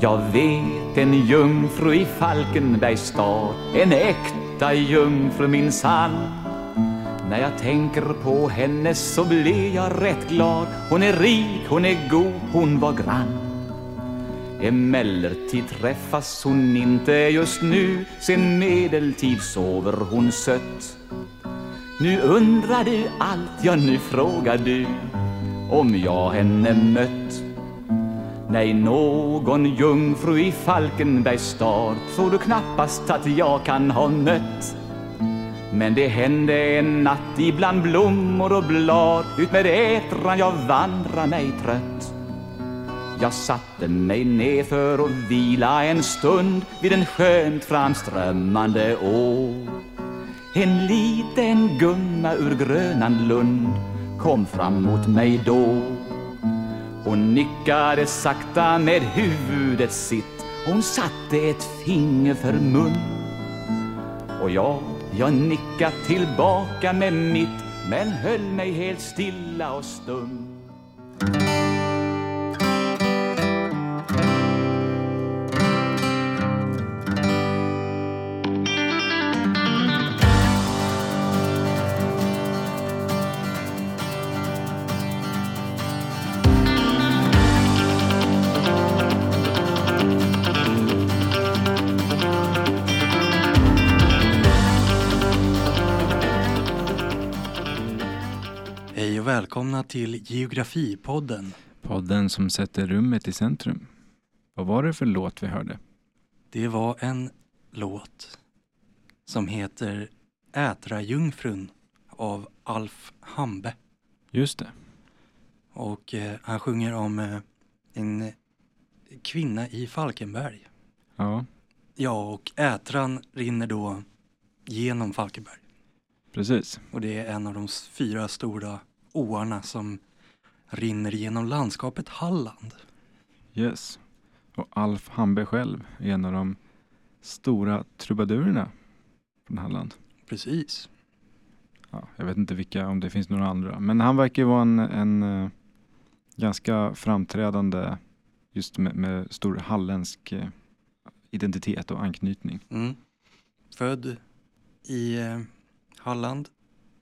Jag vet en jungfru i Falkenbergs stad, en äkta jungfru minsann. När jag tänker på henne så blir jag rätt glad. Hon är rik, hon är god, hon var grann. Emellertid träffas hon inte just nu, sen medeltid sover hon sött. Nu undrar du allt, ja nu frågar du om jag henne mött. Nej, någon jungfru i Falkenbergs stad tror du knappast att jag kan ha mött. Men det hände en natt ibland blommor och blad utmed ätran jag vandrar mig trött. Jag satte mig ner för att vila en stund vid en skönt framströmmande å. En liten gumma ur Grönan Lund kom fram mot mig då. Hon nickade sakta med huvudet sitt, hon satte ett finger för mun. Och jag, jag nickade tillbaka med mitt, men höll mig helt stilla och stum. Hej och välkomna till Geografipodden. Podden som sätter rummet i centrum. Vad var det för låt vi hörde? Det var en låt som heter Ätrajungfrun av Alf Hambe. Just det. Och eh, han sjunger om eh, en kvinna i Falkenberg. Ja, Ja, och Ätran rinner då genom Falkenberg. precis. Och det är en av de s- fyra stora åarna som rinner genom landskapet Halland. Yes. Och Alf Hambe själv är en av de stora trubadurerna från Halland. Precis. Ja, jag vet inte vilka, om det finns några andra. Men han verkar ju vara en, en eh, ganska framträdande, just med, med stor halländsk eh, identitet och anknytning. Mm. Född i eh, Halland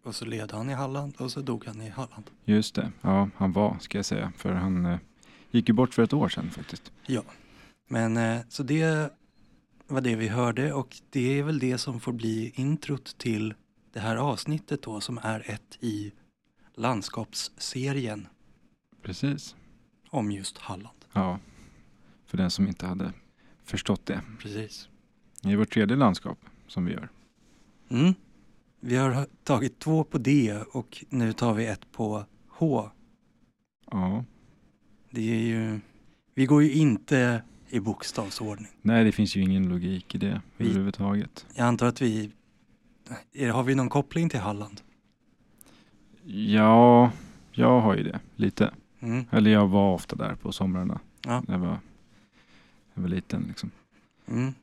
och så led han i Halland och så dog han i Halland. Just det. Ja, han var, ska jag säga. För han eh, gick ju bort för ett år sedan faktiskt. Men eh, så det var det vi hörde och det är väl det som får bli introt till det här avsnittet då som är ett i landskapsserien Precis. om just Halland. Ja, för den som inte hade förstått det. Precis. Det är vårt tredje landskap som vi gör. Mm. Vi har tagit två på D och nu tar vi ett på H. Ja. Det är ju, vi går ju inte i bokstavsordning. Nej, det finns ju ingen logik i det Vi- överhuvudtaget. Jag antar att vi... Är- Har vi någon koppling till Halland? Ja, jag har ju det lite. Mm. Eller jag var ofta där på somrarna Ja. när jag var, jag var liten. Liksom. Mm.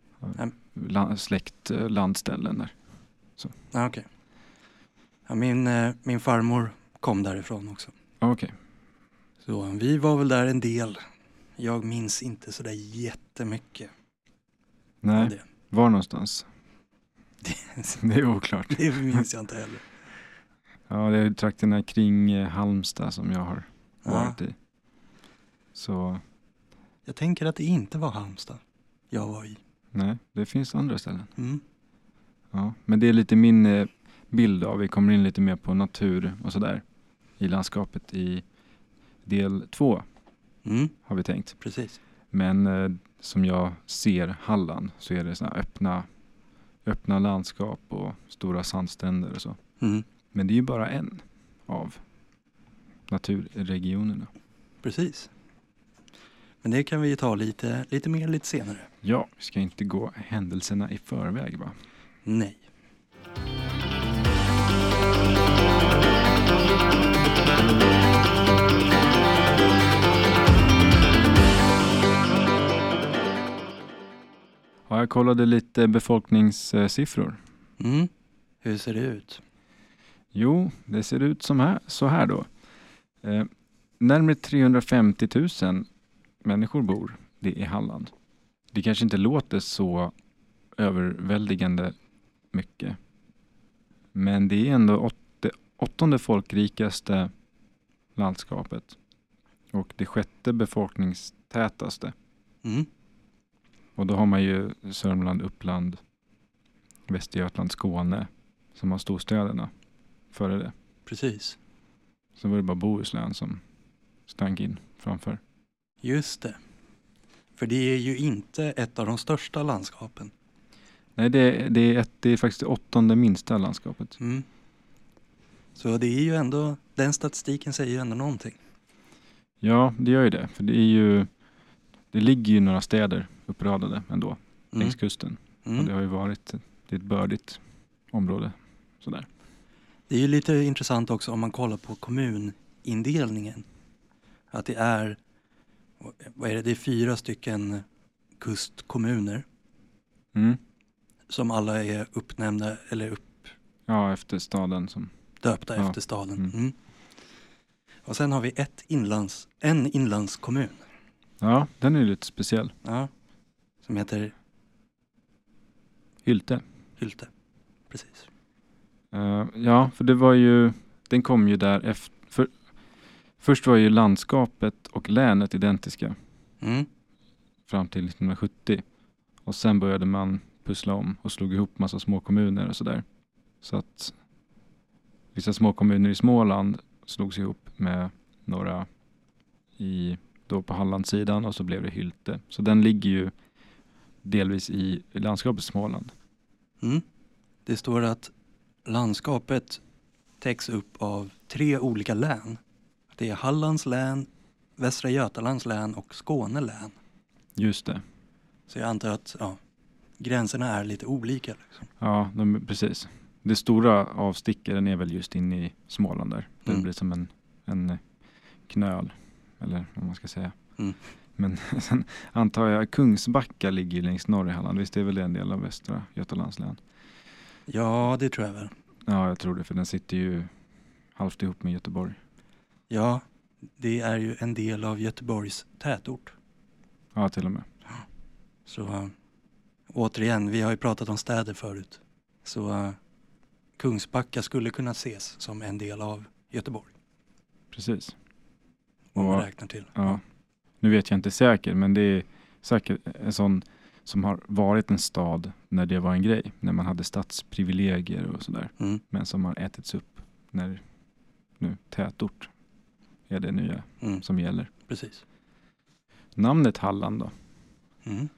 La, släkt, eh, landställen där. Ah, Okej. Ja, min, eh, min farmor kom därifrån också. Ja, Okej, Så eh, vi var väl där en del. Jag minns inte sådär jättemycket. av nej, Det. var någonstans? Det är oklart. det minns jag inte heller. Ja, det är trakterna kring eh, Halmstad som jag har Ja, varit i. Så jag tänker att det inte var Halmstad jag var i. nej, det finns andra ställen. Mm. Ja, men det är lite min eh, bild av, vi kommer in lite mer på natur och sådär i landskapet i del två Mm, har vi tänkt. precis. Men eh, som jag ser Halland så är det sådana öppna, öppna landskap och stora sandstränder och så. Mm, Men det är ju bara en av naturregionerna. precis. Men det kan vi ju ta lite, lite mer lite senare. Ja, vi ska inte gå händelserna i förväg va? Nej. Ja, jag kollade lite befolkningssiffror. Mm. Hur ser det ut? Jo, det ser ut som här, så här då. Eh, närmare 350 000 människor bor det i Halland. Det kanske inte låter så överväldigande mycket. Men det är ändå åt, det åttonde folkrikaste landskapet och det sjätte befolkningstätaste. Mm. Och då har man ju Sörmland, Uppland, Västergötland, Skåne som har storstäderna före det. Precis. Så var det bara Bohuslän som stank in framför. Just det. För det är ju inte ett av de största landskapen. Nej, det, det, är, ett, det är faktiskt det åttonde minsta landskapet. Mm. Så det är ju ändå, den statistiken säger ju ändå någonting. Ja, det gör ju det. För det är ju, det ligger ju några städer uppradade ändå längs kusten. Och det Mm. har ju varit, det är ett bördigt område. Sådär. Det är ju lite intressant också om man kollar på kommunindelningen. Att det är, vad är det, det är fyra stycken kustkommuner Mm. som alla är uppnämnda eller Ja, efter staden som, uppdöpta Ja. efter staden. Mm. Mm. Och sen har vi ett inlands, en inlandskommun ja, den är ju lite speciell. ja, som heter Hylte. Hylte. Precis. Eh, ja, för det var ju, den kom ju där efter, för, först var ju landskapet och länet identiska Mm. fram till 1970. Och sen började man pussla om och slog ihop massa små kommuner och sådär. Så att vissa små kommuner i Småland slogs ihop med några i, då på Hallandssidan och så blev det Hylte. Så den ligger ju delvis i landskapet Småland. Mm. Det står att landskapet täcks upp av tre olika län. Det är Hallands län, Västra Götalands län och Skåne län. Just det. Så jag antar att ja, gränserna är lite olika. Liksom. Ja, de, precis. Det stora avstickaren är väl just inne i Småland där. Det Mm. blir som en, en eh, knöl, eller vad man ska säga. Mm. Men sen antar jag, Kungsbacka ligger ju längst norr i Halland. Visst är väl det en del av Västra Götalands län? Ja, det tror jag väl. Ja, jag tror det, för den sitter ju halvt ihop med Göteborg. Ja, det är ju en del av Göteborgs tätort. Ja, till och med. Så eh, återigen, vi har ju pratat om städer förut. Så eh, Kungsbacka skulle kunna ses som en del av Göteborg, Precis. om Och- man räknar till. Ja. Nu vet jag inte säkert, men det är säkert en sån som har varit en stad när det var en grej. När man hade stadsprivilegier och sådär. Mm. men som har ätits upp när nu tätort är det nya Mm, som gäller. precis. Namnet Halland då? Mm.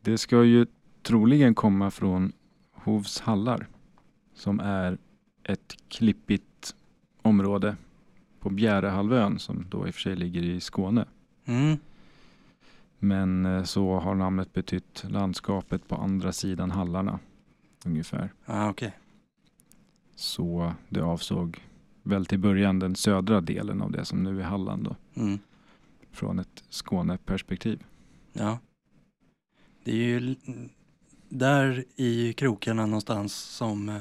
Det ska ju troligen komma från Hovs hallar som är ett klippigt område på Bjärehalvön som då i och för sig ligger i Skåne. Mm. Men eh, så har namnet betytt landskapet på andra sidan hallarna ungefär. Ah, okej. Så det avsåg väl till början den södra delen av det som nu är Halland då. Mm. från ett Skåneperspektiv. Ja. Det är ju l- mm, där i krokarna någonstans som eh,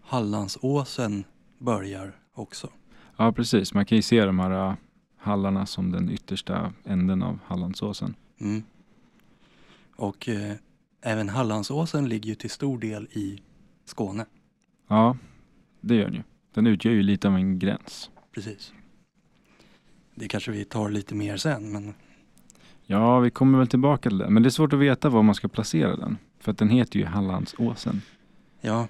Hallandsåsen börjar också. Ja, precis. Man kan ju se de här äh, hallarna som den yttersta änden av Hallandsåsen. Mm. Och eh, även Hallandsåsen ligger ju till stor del i Skåne. Ja, det gör den ju. Den utgör ju lite av en gräns. Precis. Det kanske vi tar lite mer sen, men Ja, vi kommer väl tillbaka till det. Men det är svårt att veta var man ska placera den. För att den heter ju Hallandsåsen, ja,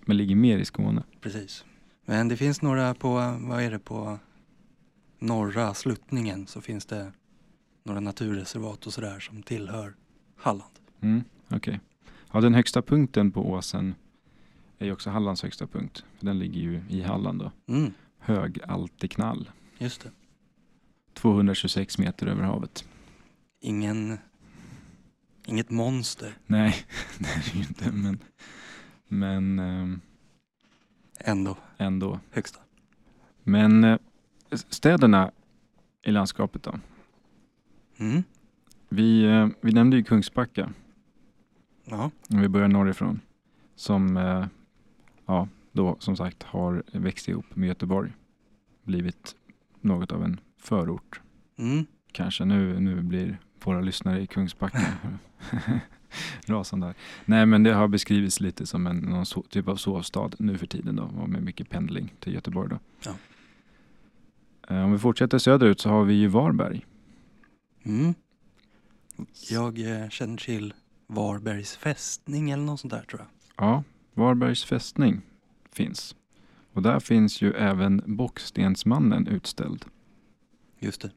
men ligger mer i Skåne. precis. Men det finns några på, eh, vad är det, på norra sluttningen så finns det några naturreservat och sådär som tillhör Halland. Mm, Okej. Ja, den högsta punkten på åsen är ju också Hallands högsta punkt. För den ligger ju i Halland då. Mm, Hög Alteknall. just det. 226 meter över havet. Ingen, inget monster, Nej, det är det ju inte. Men, men ehm, ändå ändå. högsta. Men eh, städerna i landskapet då? Mm, Vi, eh, vi nämnde ju Kungsbacka, ja, om vi börjar norrifrån, som eh, ja, då som sagt har växt ihop med Göteborg. Blivit något av en förort mm, kanske. Nu, nu blir våra lyssnare i Kungsbacka. Rasande här. Nej men det har beskrivits lite som en någon so- typ av sovstad nu för tiden då och med mycket pendling till Göteborg då. Ja. Eh, Om vi fortsätter söderut så har vi ju Varberg. Mm. Jag eh, känner till Varbergs fästning eller något sånt där tror jag. Ja, Varbergs fästning finns. Och där finns ju även Bockstensmannen utställd. Just det.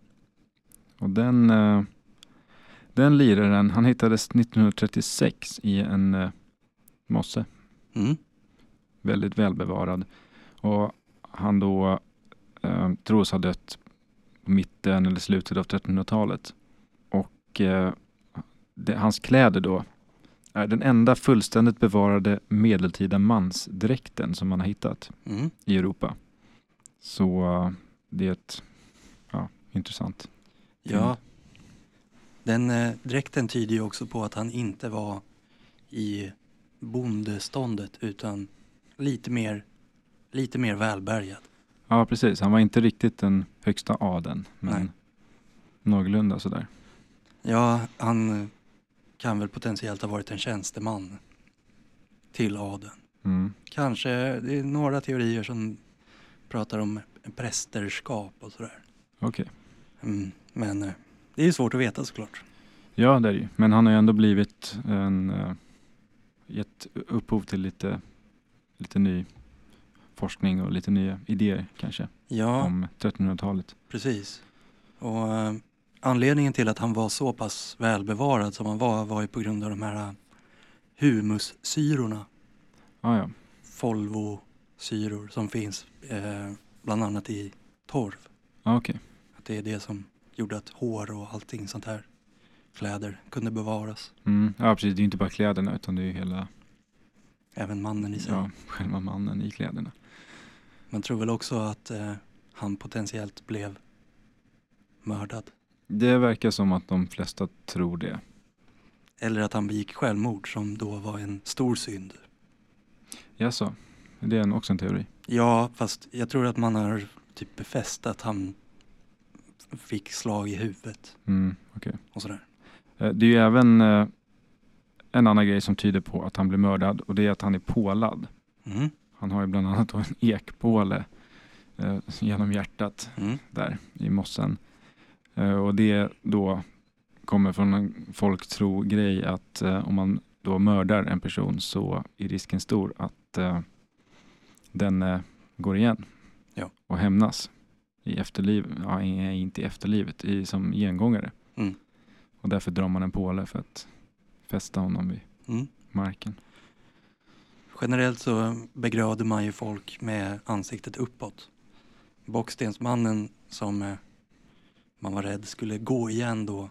Och den, eh, den liraren, han hittades 1936 i en eh, mosse, Mm. väldigt välbevarad. Och han då eh, tros ha dött på mitten eller slutet av 1300-talet. Och eh, det, hans kläder då är den enda fullständigt bevarade medeltida mansdräkten som man har hittat Mm. i Europa. Så eh, det är ett ja, intressant. Ja. Mm. Den eh, dräkten tyder ju också på att han inte var i bondeståndet utan lite mer, lite mer välbärgad. Ja, precis. Han var inte riktigt den högsta adeln, men Nej. någorlunda sådär. Ja, han eh, kan väl potentiellt ha varit en tjänsteman till adeln. Mm. Kanske, det är några teorier som pratar om prästerskap och sådär. Okej. Mm, men eh, det är ju svårt att veta såklart. Ja, det är det ju. Men han har ju ändå blivit en, eh, gett upphov till lite, lite ny forskning och lite nya idéer kanske Ja, om 1300-talet. precis. Och eh, anledningen till att han var så pass välbevarad som han var var ju på grund av de här eh, humussyrorna, Ah, ja, folvosyror som finns eh, bland annat i torv. ah, okej. Att det är det som gjorde att hår och allting sånt här, kläder, kunde bevaras. Mm. Ja, precis. Det är ju inte bara kläderna utan det är ju hela Även mannen i sig. ja, själva mannen i kläderna. Man tror väl också att eh, han potentiellt blev mördad. Det verkar som att de flesta tror det. Eller att han begick självmord som då var en stor synd. Jaså, det är en, också en teori. Ja, fast jag tror att man har typ befäst att han fick slag i huvudet Mm, okej. och sådär. Eh, Det är ju även eh, en annan grej som tyder på att han blev mördad och det är att han är pålad. Mm, Han har ju bland annat då en ekpåle eh, genom hjärtat mm, där i mossen. Eh, och det då kommer från en folktro-grej att eh, om man då mördar en person så är risken stor att eh, den eh, går igen Ja. och hämnas i efterlivet, ja, i- eh, inte i efterlivet, i, som gengångare. Mm. Och därför drar man en påle för att fästa honom vid mm. marken. Generellt så begröder man ju folk med ansiktet uppåt. Bockstensmannen som eh, man var rädd skulle gå igen då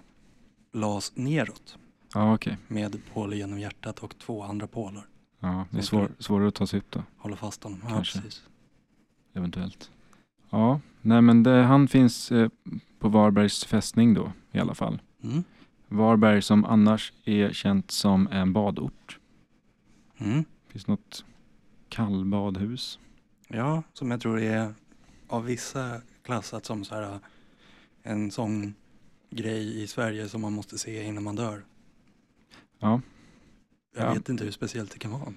lades neråt Ja, okej. med påle genom hjärtat och två andra pålar. Ja, det är Okej. svår, svårare att ta sig upp då. Hålla fast honom. Ja, Kanske. precis. eventuellt. Ja, nej men det, han finns eh, på Varbergs fästning då i alla fall. Mm. Varberg som annars är känt som en badort. Mm. Finns något kallbadhus? Ja, som jag tror är av vissa klassat som så här, äh, en sån grej i Sverige som man måste se innan man dör. Ja. Jag Ja. vet inte hur speciellt det kan vara.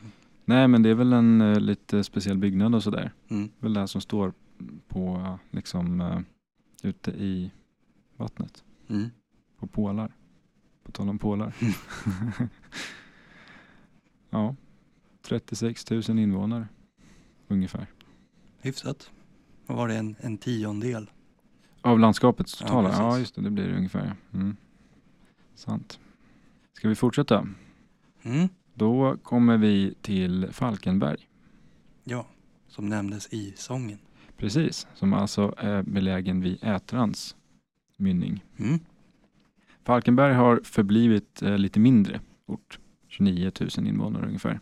Nej, men det är väl en eh, lite speciell byggnad och sådär. Mm. Väl det som står på eh, liksom eh, ute i vattnet. Mm. På pålar. På tal om pålar. Mm. ja, 36 000 invånare ungefär. Hyfsat. Vad var det, en, en tiondel? Av landskapets Ja, totala? Ja, precis. just det, det blir det ungefär. ja. Mm. Sant. Ska vi fortsätta? Mm. Då kommer vi till Falkenberg, Ja, som nämndes i sången. precis, som alltså är belägen vid Ätrans mynning. Mm. Falkenberg har förblivit eh, lite mindre ort, 29 000 invånare ungefär,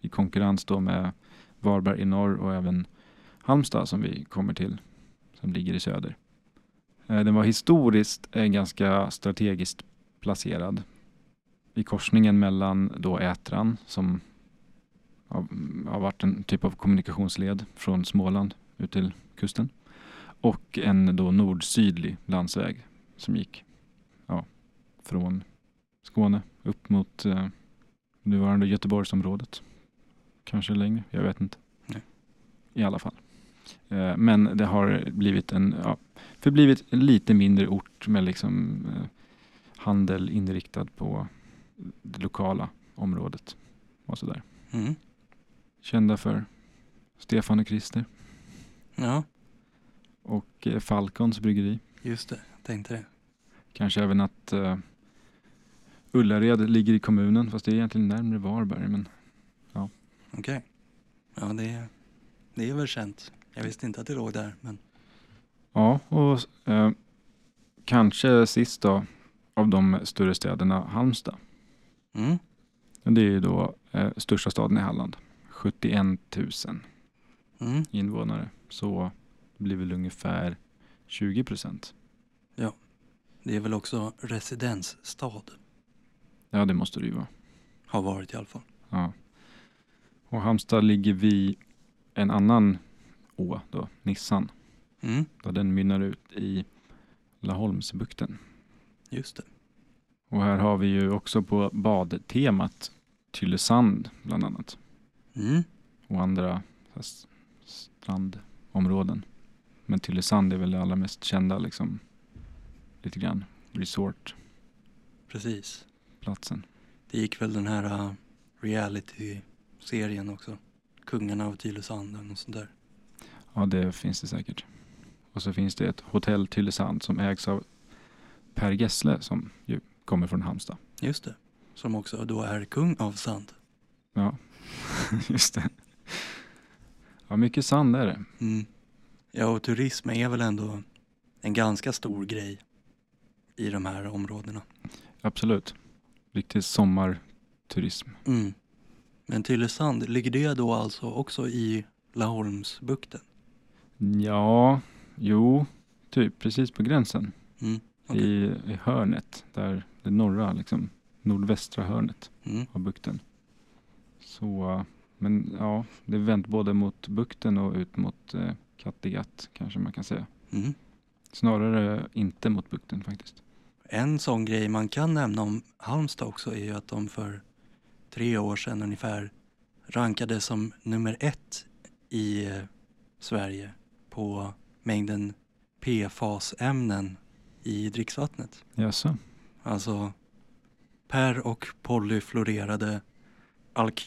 i konkurrens då med Varberg i norr och även Halmstad som vi kommer till, som ligger i söder. Eh, Den var historiskt eh, ganska strategiskt placerad i korsningen mellan då Ätran som har har varit en typ av kommunikationsled från Småland ut till kusten och en då nordsydlig landsväg som gick ja, från Skåne upp mot eh, nuvarande Göteborgsområdet. Kanske längre, jag vet inte. Nej. I alla fall. Eh, men det har blivit en, ja, förblivit en lite mindre ort med liksom eh, handel inriktad på det lokala området och sådär. Mm. Kända för Stefan och Christer Ja, och eh, Falcons bryggeri. just det. Jag tänkte det. Kanske även att eh, Ullared ligger i kommunen, fast det är egentligen närmare Varberg. Men Okej. Ja, det är, det är väl känt. Jag visste inte att det låg där, men Ja, och eh, kanske sist då av de större städerna Halmstad. mm. Det är ju då eh, största staden i Halland. 71 000 Mm. invånare. Så det blir väl ungefär 20 procent. det är väl också residensstad. Ja, det måste det ju vara. Har varit i alla fall. Ja. Och Halmstad ligger vid en annan å då, Nissan. Mm. Då den mynnar ut i Laholmsbukten. Just det. Och här har vi ju också på badtemat Tylösand bland annat. Mm. Och andra så här, s- strandområden. Men Tylösand är väl det allra mest kända liksom. Lite grann resortplatsen. Precis. Det gick väl den här uh, reality-serien också. Kungarna av Tylösanden och sånt där. Ja, det finns det säkert. Och så finns det ett hotell Tylösand som ägs av Per Gessle som ju kommer från Halmstad. Just det. Som också då är kung av sand. Ja, just det. Ja, mycket sand är det. Mm. Ja, och turism är väl ändå en ganska stor grej i de här områdena. Absolut. Riktig sommarturism. Mm. Men Tylösand, ligger det då alltså också i Laholmsbukten? Ja, jo, typ precis på gränsen. Mm. okej. I, I hörnet, där det norra, liksom nordvästra hörnet Mm. av bukten. Så, eh, men ja, det är vänt både mot bukten och ut mot eh, Kattegatt kanske man kan säga. Mm. Snarare inte mot bukten faktiskt. En sån grej man kan nämna om Halmstad också är ju att de för tre år sedan ungefär rankades som nummer ett i eh, Sverige på mängden PFAS-ämnen i dricksvattnet. Jaså? Alltså per och polyfluorerade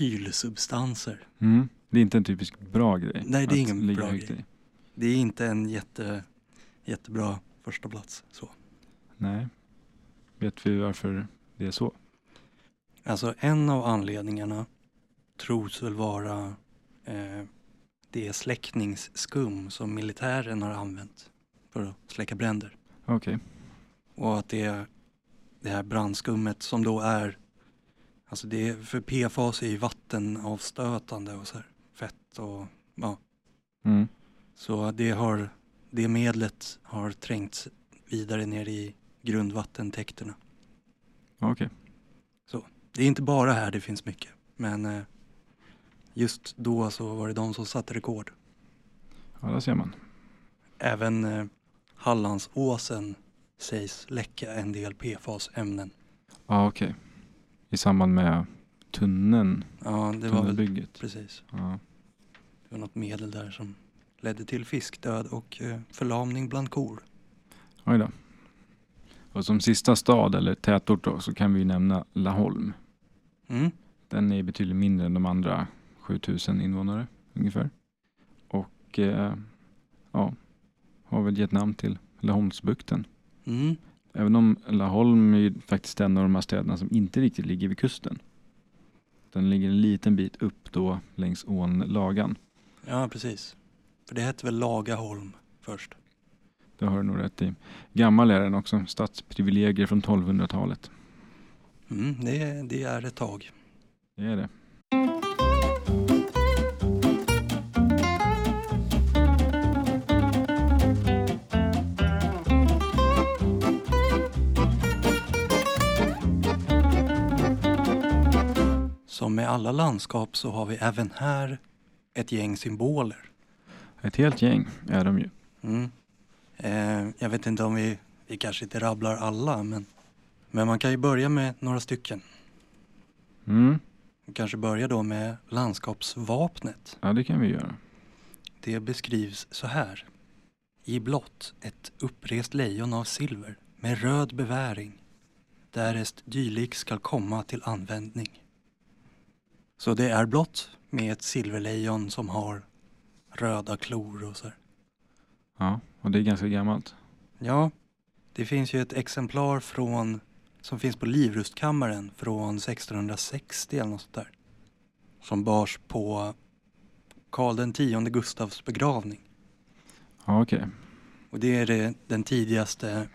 alkylsubstanser. Mm. Det är inte en typisk bra grej. Nej, det är att ingen ligga bra högt grej. i. Det är inte en jätte, jättebra första plats. Så. Nej. Vet vi varför det är så? Alltså en av anledningarna tros väl vara eh, det släckningsskum som militären har använt för att släcka bränder. Okej. Och att det, det här brandskummet som då är, alltså det, är- för PFAS är ju vattenavstötande och så här, fett och ja. Mm. Så det, har, det medlet har trängts vidare ner i grundvattentäkterna. Okej. Det är inte bara här det finns mycket, men eh, just då så var det de som satte rekord. Ja, där ser man. Även eh, Hallandsåsen sägs läcka en del PFAS-ämnen. Ja, okej. I samband med tunneln, Ja, det var väl tunnelbygget. precis. Ja. Det var något medel där som ledde till fiskdöd och eh, förlamning bland kor. Oj då. Och som sista stad eller tätort då, så kan vi ju nämna Laholm. Mm. Den är betydligt mindre än de andra 7000 invånare ungefär. Och eh, ja, har väl gett namn till Laholmsbukten. Mm. Även om Laholm är ju faktiskt en av de här städerna som inte riktigt ligger vid kusten. Den ligger en liten bit upp då längs ån Lagan. Ja, precis. För det hette väl Lagaholm först. Det har du nog rätt i. Gammal är den också. Stadsprivilegier från 1200-talet. Mm, det, det är ett tag. Det är det. Som med alla landskap så har vi även här ett gäng symboler. Ett helt gäng är de ju. Mm. Eh, jag vet inte om vi, vi kanske inte rabblar alla, men Men man kan ju börja med några stycken. Mm. Vi kanske börjar då med landskapsvapnet. Ja, det kan vi göra. Det beskrivs så här. I blått ett upprest lejon av silver med röd beväring därest dylik skall komma till användning. Så det är blått med ett silverlejon som har röda klor och så. här. Ja, och det är ganska gammalt. Ja, det finns ju ett exemplar från som finns på Livrustkammaren från 1660 eller något sånt där. Som bars på Karl den tionde Gustavs begravning. Ja, okej. Och det är det, den tidigaste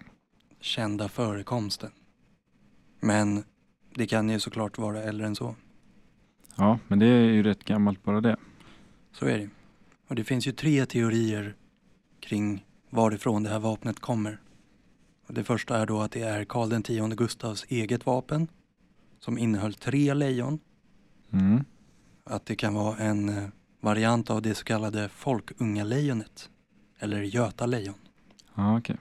kända förekomsten. Men det kan ju såklart vara äldre än så. Ja, men det är ju rätt gammalt bara det. Så är det. Och det finns ju tre teorier kring varifrån det här vapnet kommer. Och det första är då att det är Karl den tionde Gustavs eget vapen som innehöll tre lejon. Mm. Att det kan vara en eh, variant av det så kallade folkungalejonet eller götalejon. Ja, okej.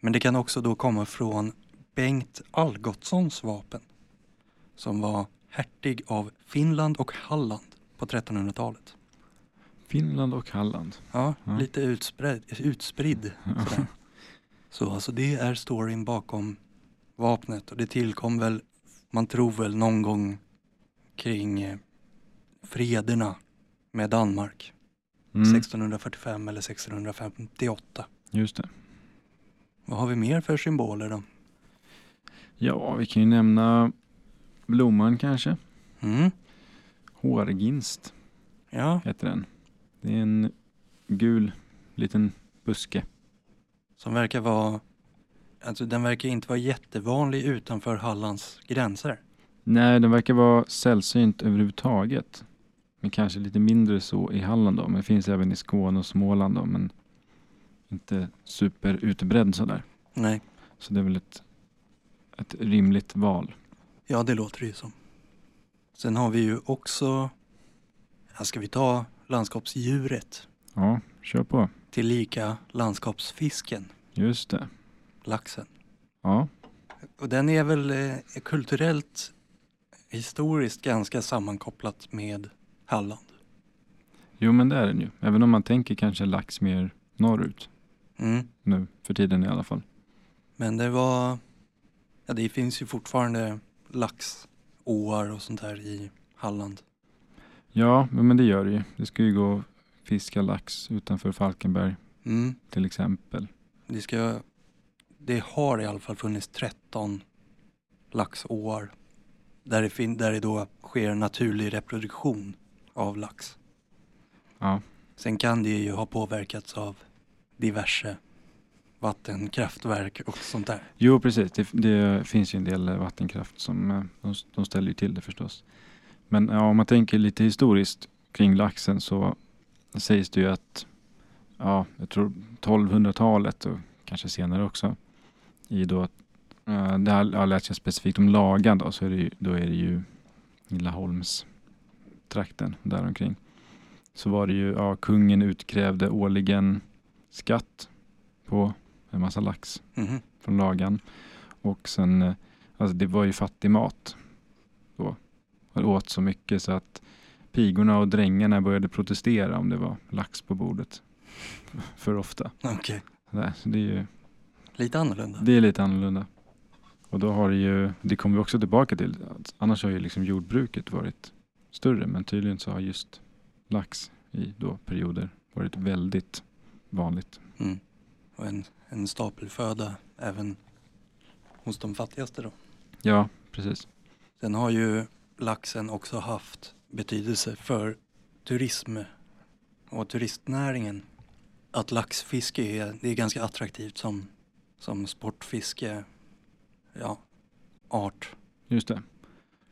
Men det kan också då komma från Bengt Algotssons vapen som var hertig av Finland och Halland på 1300-talet. Finland och Halland. Ja, Ja. lite utspridd. utspridd sådär. Så alltså det är storyn bakom vapnet och det tillkom väl, man tror väl någon gång kring eh, frederna med Danmark Mm. 1645 eller 1658. Just det. Vad har vi mer för symboler då? Ja, vi kan ju nämna blomman kanske. Mm, Hårginst ja, heter den. Det är en gul liten buske. som verkar vara, alltså den verkar inte vara jättevanlig utanför Hallands gränser. Nej, den verkar vara sällsynt överhuvudtaget. Men kanske lite mindre så i Halland då. Men det finns även i Skåne och Småland då. Men inte super utbredd sådär. Nej, Så det är väl ett, ett rimligt val. ja det låter det ju som. Sen har vi ju också, här ska vi ta landskapsdjuret Ja, kör på. tillika landskapsfisken, Just det. laxen. Ja, Och den är väl eh, kulturellt, historiskt ganska sammankopplat med Halland. jo men det är den ju. Även om man tänker kanske lax mer norrut Mm. nu för tiden i alla fall. Men det var, ja det finns ju fortfarande laxåar och sånt där i Halland. Ja, men det gör det ju. Det ska ju gå och fiska lax utanför Falkenberg Mm. till exempel. Det, ska, det har i alla fall funnits 13 laxåar där det, fin, där det då sker en naturlig reproduktion av lax. Ja, Sen kan det ju ha påverkats av diverse vattenkraftverk och sånt där. jo precis. Det, det finns ju en del eh, vattenkraft som eh, de, de ställer ju till det förstås. Men ja, om man tänker lite historiskt kring laxen så sägs det ju att ja, jag tror 1200-talet och kanske senare också i då eh, det här ja, lät jag specifikt om lagan då, så är det ju, då är det ju i Laholmstrakten däromkring. Så var det ju, ja, kungen utkrävde årligen skatt på en massa lax Mhm. från lagan. Och sen, eh, alltså det var ju fattig mat då. Man åt så mycket så att pigorna och drängarna började protestera om det var lax på bordet. För ofta. Okej, Sådär, Så det, är ju, lite annorlunda. det är lite annorlunda. Och då har det ju, det kommer vi också tillbaka till, att annars har ju liksom jordbruket varit större men tydligen så har just lax i då perioder varit väldigt vanligt. Mm. Och en, en stapelföda även hos de fattigaste då. Ja, precis. Sen har ju laxen också haft betydelse för turism och turistnäringen. Att laxfiske är, det är ganska attraktivt som, som sportfiske, ja, art. Just det.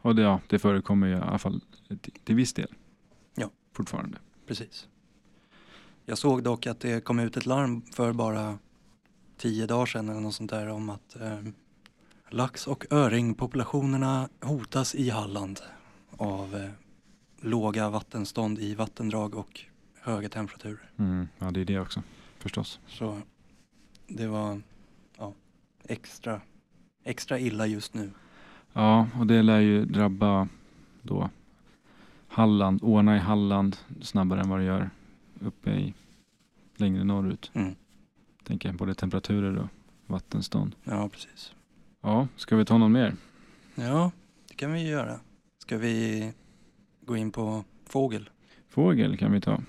Och det, ja, det förekommer ju i alla fall till, till viss del. Ja. Fortfarande. Precis. Jag såg dock att det kom ut ett larm för bara tio dagar sedan eller något sånt där om att eh, lax och öringpopulationerna hotas i Halland av eh, låga vattenstånd i vattendrag och höga temperaturer. Mm, ja, det är det också. Förstås. Så det var ja, extra, extra illa just nu. Ja, och det lär ju drabba då Halland, Åna i Halland snabbare än vad det gör uppe i längre norrut. Mm. Tänker jag både temperaturer och vattenstånd. Ja, precis. Ja, ska vi ta någon mer? Ja, det kan vi ju göra. Ska vi gå in på fågel? Fågel kan vi ta.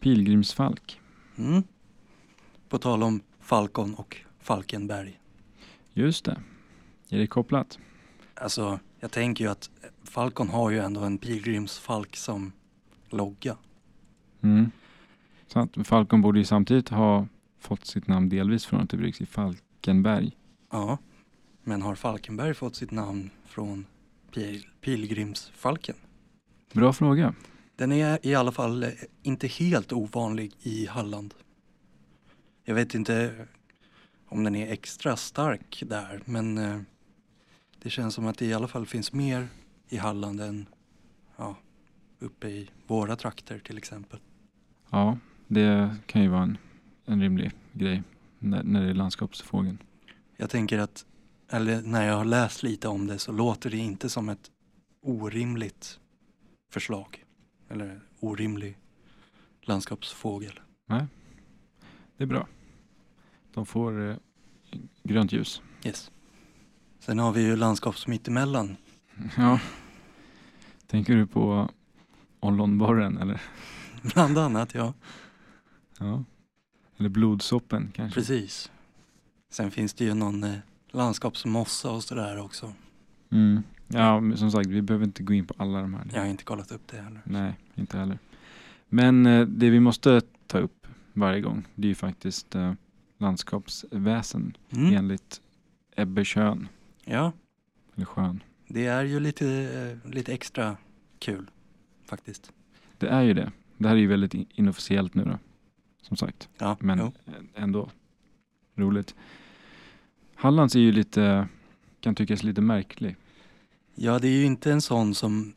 Pilgrimsfalk. Mm. På tal om Falcon och Falkenberg. Just det. Är det kopplat? Alltså, jag tänker ju att Falcon har ju ändå en pilgrimsfalk som logga. Mm. Så att Falcon borde ju samtidigt ha fått sitt namn delvis från att det bryggs i Falkenberg. Ja, men har Falkenberg fått sitt namn från pil pilgrimsfalken? Bra fråga. Den är i alla fall eh, inte helt ovanlig i Halland. Jag vet inte om den är extra stark där, men eh, det känns som att det i alla fall finns mer i Halland än ja, uppe i våra trakter till exempel. Ja, det kan ju vara en, en rimlig grej när, när det är landskapsfågeln. Jag tänker att, eller när jag har läst lite om det så låter det inte som ett orimligt förslag. Eller orimlig landskapsfågel. Det är bra. De får eh, grönt ljus. Yes. Sen har vi ju landskaps mittemellan. Ja. Tänker du på ollonborren eller? Bland annat, ja. Ja. Eller blodsoppen kanske? Precis. Sen finns det ju någon eh, landskapsmossa och sådär också. Mm. Ja, men som sagt, vi behöver inte gå in på alla de här. Jag har inte kollat upp det heller. Nej, inte heller. Men eh, det vi måste ta upp varje gång, det är ju faktiskt eh, landskapsväsen Mm. enligt Ebbe Schön. Ja, Eller Schön. det är ju lite, eh, lite extra kul faktiskt. Det är ju det. Det här är ju väldigt in- inofficiellt nu då, som sagt. Ja, Men jo. ä- ändå roligt. Hallands är ju lite, kan tyckas lite märklig. ja, det är ju inte en sån som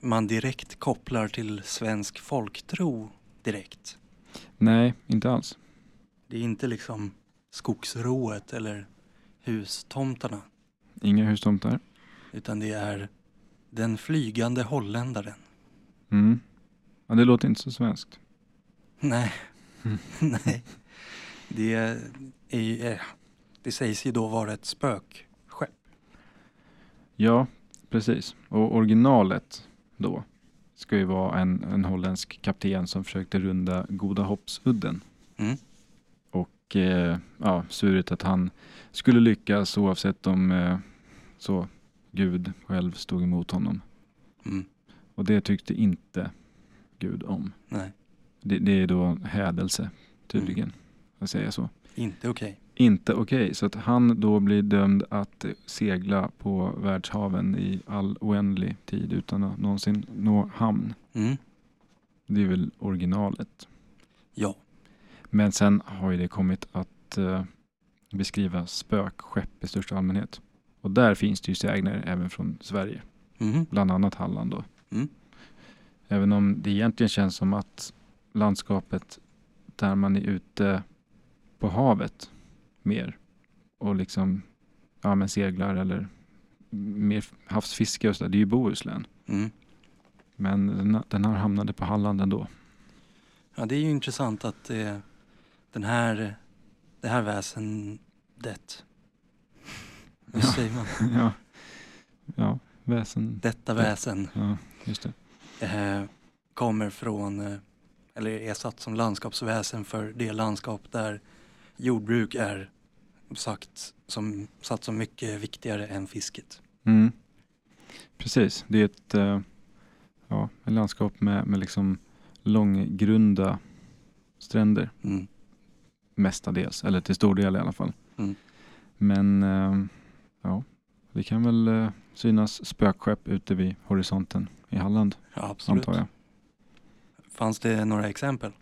man direkt kopplar till svensk folktro direkt. Nej, inte alls. Det är inte liksom skogsrået eller hustomtarna, Inga hustomtar. utan det är den flygande holländaren. Mm. Ja, det låter inte så svenskt. Nej. Nej. Det, är, ju- eh, det sägs ju då vara ett spökskepp. Ja, precis. Och originalet då ska ju vara en, en holländsk kapten som försökte runda Goda Hoppsudden. Mm. Och eh, ja, surigt att han skulle lyckas oavsett om eh, så Gud själv stod emot honom. Mm. Och det tyckte inte Gud om. Nej, Det, det är då hädelse tydligen, att säga så. inte okej. Inte okej, så att han då blir dömd att segla på världshaven i all oändlig tid utan att någonsin nå hamn. Mm. Det är väl originalet. Ja, Men sen har ju det kommit att eh, beskriva spökskepp i största allmänhet. Och där finns det ju sägner även från Sverige, mm. bland annat Halland då. Mm. Även om det egentligen känns som att landskapet där man är ute på havet mer och liksom ja, men seglar eller mer havsfiske och sådär, det är ju Bohuslän. Mm. Men den, den här hamnade på Halland ändå. ja det är ju intressant att eh, den här, det här väsendet, hur Ja. säger man? ja. ja, väsen. Detta väsen Ja, just det. eh, kommer från, eh, eller är satt som landskapsväsen för det landskap där jordbruk är sagt som, satt som mycket viktigare än fisket. Mm. Precis, det är ett eh, ja, ett landskap med, med liksom långgrunda stränder Mm. mestadels, eller till stor del i alla fall. Mm. Men eh, ja, det kan väl eh, synas spökskepp ute vid horisonten i Halland Ja, absolut. antar jag. Fanns det några exempel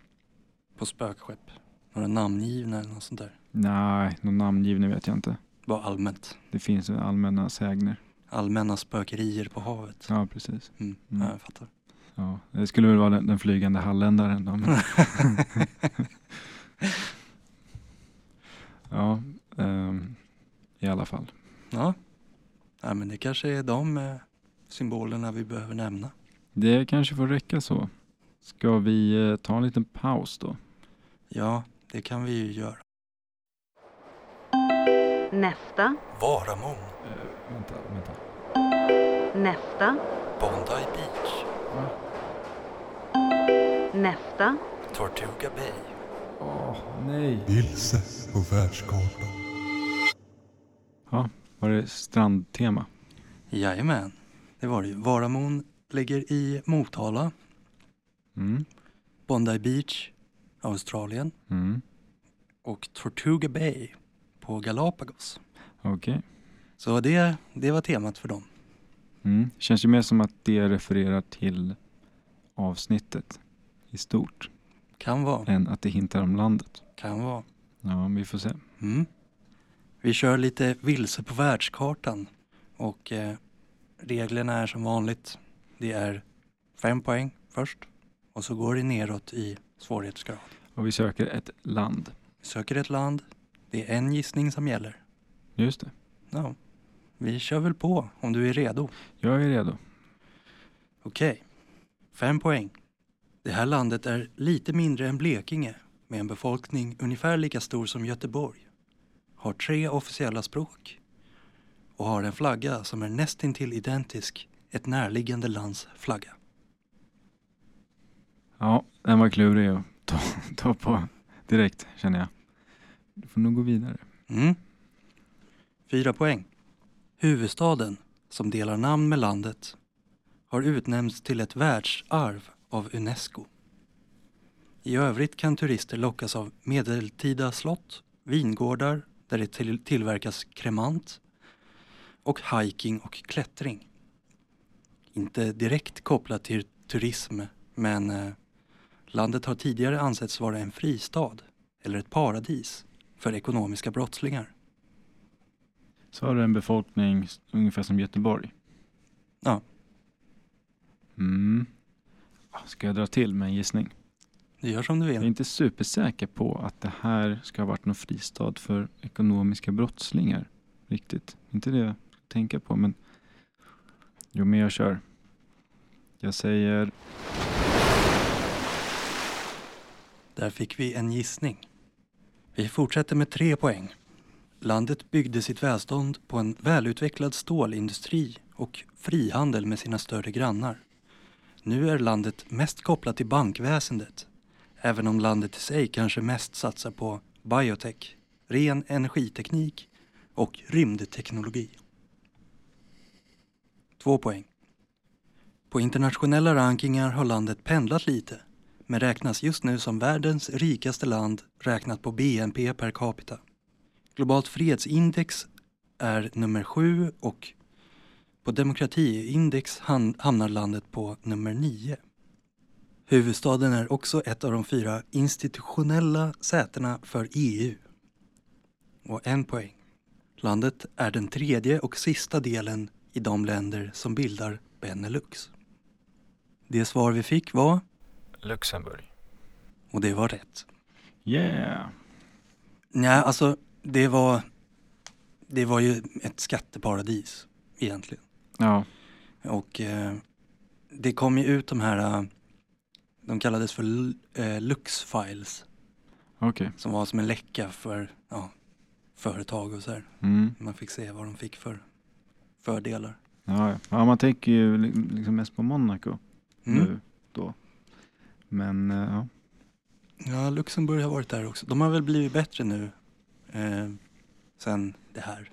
på spökskepp? Några namngivna eller något sånt där? Nej, någon namngivning vet jag inte. Bara allmänt. Det finns väl allmänna sägner. Allmänna spökerier på havet. Ja, precis. Mm. Mm. Ja, jag fattar. Ja, det skulle väl vara den, den flygande halländaren då. Men... ja, ehm, i alla fall. Ja, det kanske är de eh, symbolerna vi behöver nämna. Det kanske får räcka så. Ska vi eh, ta en liten paus då? Ja, det kan vi ju göra. nästa, Varamon, Eh, Vänta, vänta. nästa, Bondi Beach, nästa, Tortuga Bay. nej. Vilse på världskartan. Ja, var det strandtema? Jajamän, det var det ju. Varamon ligger i Motala, Mm. Bondi Beach, Australien Mm. och Tortuga Bay på Galapagos. Okej. Så det, det var temat för dem. Mm. Känns ju mer som att det refererar till avsnittet i stort Kan vara, än att det hintar om landet. kan vara. Ja, vi får se. Mm. Vi kör lite vilse på världskartan och eh, reglerna är som vanligt. Det är fem poäng först och så går det neråt i svårighetsgrad. Och vi söker ett land. Vi söker ett land, det är en gissning som gäller. Just det. Ja. Vi kör väl på om du är redo. Jag är redo. Okej, fem poäng. Det här landet är lite mindre än Blekinge med en befolkning ungefär lika stor som Göteborg. Har tre officiella språk och har en flagga som är nästintill identisk ett närliggande lands flagga. Ja, den var klurig att ta, ta på direkt känner jag. Du får nog gå vidare. Mm. Fyra poäng. Huvudstaden, som delar namn med landet, har utnämnts till ett världsarv av Unesco. I övrigt kan turister lockas av medeltida slott, vingårdar där det till- tillverkas kremant och hiking och klättring. Inte direkt kopplat till turism, men eh, landet har tidigare ansetts vara en fristad eller ett paradis för ekonomiska brottslingar. Så har du en befolkning s- ungefär som Göteborg? Ja. Mm. Ah, Ska jag dra till med en gissning? Du gör som du Jag är vill. inte supersäker på att det här ska ha varit någon fristad för ekonomiska brottslingar. Riktigt. Inte det jag tänker på, men... Jo, men jag kör. Jag säger... Där fick vi en gissning. Vi fortsätter med tre poäng. Landet byggde sitt välstånd på en välutvecklad stålindustri och frihandel med sina större grannar. Nu är landet mest kopplat till bankväsendet, även om landet i sig kanske mest satsar på biotech, ren energiteknik och rymdteknologi. Två poäng. På internationella rankingar har landet pendlat lite, men räknas just nu som världens rikaste land räknat på BNP per capita. Globalt fredsindex är nummer sju och på demokratiindex han- hamnar landet på nummer nio. Huvudstaden är också ett av de fyra institutionella sätena för EU. Och en poäng. Landet är den tredje och sista delen i de länder som bildar Benelux. Det svar vi fick var, Luxemburg. och det var rätt. Yeah! Nej, alltså det var, det var ju ett skatteparadis egentligen. Ja, Och eh, det kom ju ut de här, eh, de kallades för l- eh, Luxfiles, okej. som var som en läcka för ja, företag och så här. Mm. Man fick se vad de fick för fördelar. Ja, ja. ja, man tänker ju li- liksom mest på Monaco Mm. nu då. Men eh, ja. Ja, Luxemburg har varit där också. De har väl blivit bättre nu eh, sen det här.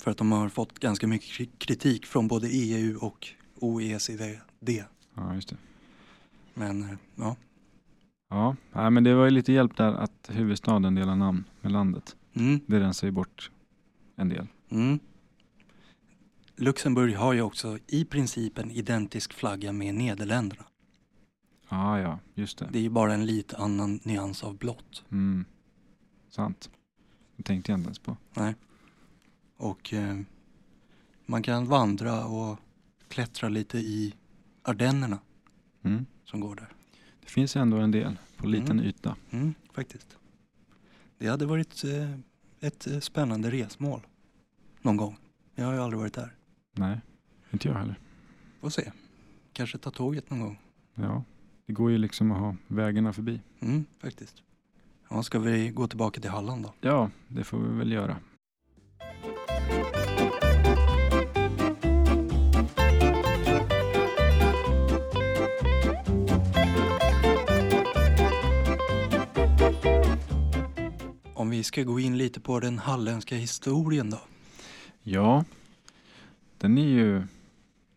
För att de har fått ganska mycket kri- kritik från både EU och OECD. ja, just det. Men eh, ja. Ja, nej, men det var ju lite hjälp där att huvudstaden delar namn med landet. Mm, Det rensar ju bort en del. mm. Luxemburg har ju också i princip en identisk flagga med Nederländerna. Ja, ja, just det. Det är ju bara en lite annan nyans av blått. Mm. Sant. Det tänkte jag inte ens på. Och eh, man kan vandra och klättra lite i Ardennerna Mm. som går där. Det finns ändå en del på liten Mm. yta. Mm, faktiskt. Det hade varit eh, ett eh, spännande resmål någon gång. Jag har ju aldrig varit där. Nej, inte jag heller. Får se. Kanske ta tåget någon gång. Ja, det går ju liksom att ha vägarna förbi. Mm, faktiskt. Ja, ska vi gå tillbaka till Halland då? Ja, det får vi väl göra. Om vi ska gå in lite på den halländska historien då. Ja, den är ju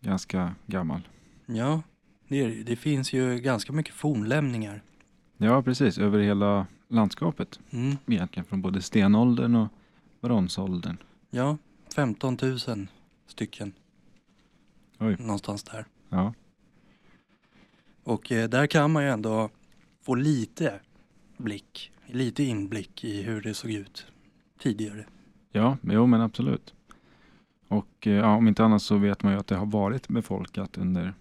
ganska gammal. Ja, det, är det ju. det finns ju ganska mycket fornlämningar. Ja, precis. Över hela landskapet Mm, egentligen. Från både stenåldern och bronsåldern. ja, 15 000 stycken. Oj. Någonstans där. Ja, Och eh, där kan man ju ändå få lite blick, lite inblick i hur det såg ut tidigare. ja men- jo men absolut. Och eh, ja, om inte annat så vet man ju att det har varit befolkat under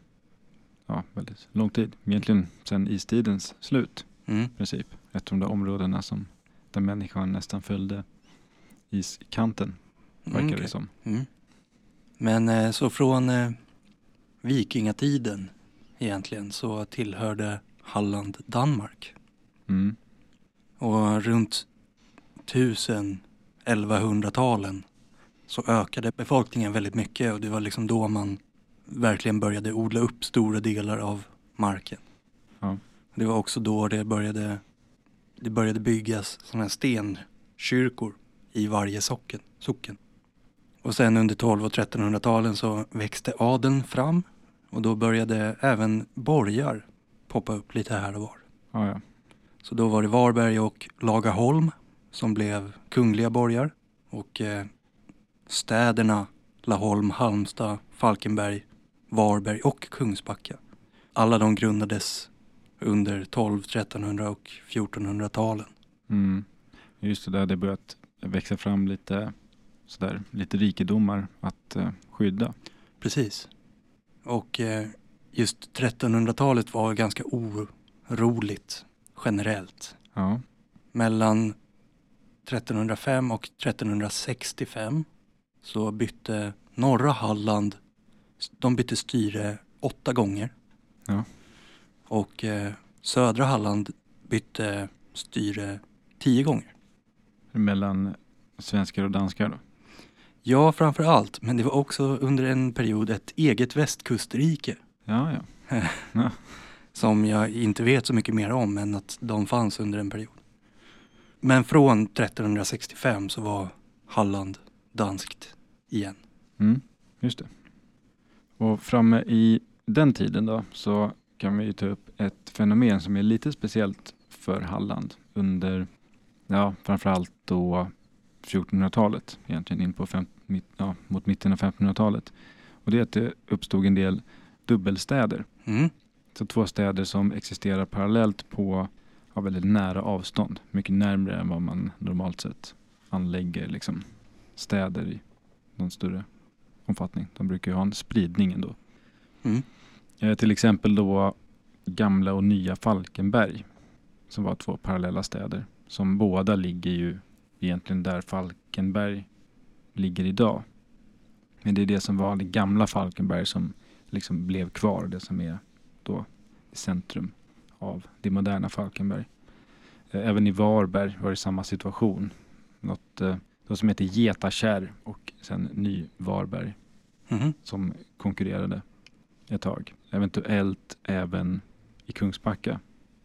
ja, väldigt lång tid. Egentligen sedan istidens slut Mm. i princip. Eftersom de där områdena som där människan nästan följde iskanten verkar Mm, det okej. som. Mm. Men eh, så från eh, vikingatiden egentligen så tillhörde Halland Danmark. Mm. Och runt 1000-1100-talen så ökade befolkningen väldigt mycket och det var liksom då man verkligen började odla upp stora delar av marken. Ja. Det var också då det började, det började byggas sådana här stenkyrkor i varje socken, socken. Och sen under 12 och 1300-talen så växte adeln fram och då började även borgar poppa upp lite här och var. Ja, ja. Så då var det Varberg och Lagaholm som blev kungliga borgar. Och eh, städerna Laholm, Halmstad, Falkenberg, Varberg och Kungsbacka. Alla de grundades under 1200-, 1300 och 1400-talen. Mm. Just det där, det börjat växa fram lite, sådär, lite rikedomar att eh, skydda. Precis. Och eh, just 1300-talet var ganska oroligt generellt. Ja, Mellan 1305 och 1365 så bytte norra Halland, de bytte styre åtta gånger. Ja. Och eh, södra Halland bytte styre tio gånger. mellan svenskar och danskar då. Ja, framför allt, men det var också under en period ett eget västkustrike Ja, ja. som jag inte vet så mycket mer om än att de fanns under en period. Men från 1365 så var Halland danskt igen. Mm, just det. Och framme i den tiden då så kan vi ju ta upp ett fenomen som är lite speciellt för Halland under, ja framförallt då 1400-talet, egentligen in på fem, mitt, ja, mot mitten av 1500-talet. Och det är att det uppstod en del dubbelstäder. Mm. Så två städer som existerar parallellt på ja, väldigt nära avstånd. Mycket närmre än vad man normalt sett anlägger liksom, städer i någon större omfattning. De brukar ju ha en spridning ändå. Mm. Eh, till exempel då gamla och nya Falkenberg som var två parallella städer som båda ligger ju egentligen där Falkenberg ligger idag. Men det är det som var det gamla Falkenberg som liksom blev kvar, det som är då i centrum av det moderna Falkenberg. Eh, Även i Varberg var det samma situation. Något, eh, något som heter Getakärr och sen Ny Varberg Mhm. som konkurrerade ett tag. Eventuellt även i Kungsbacka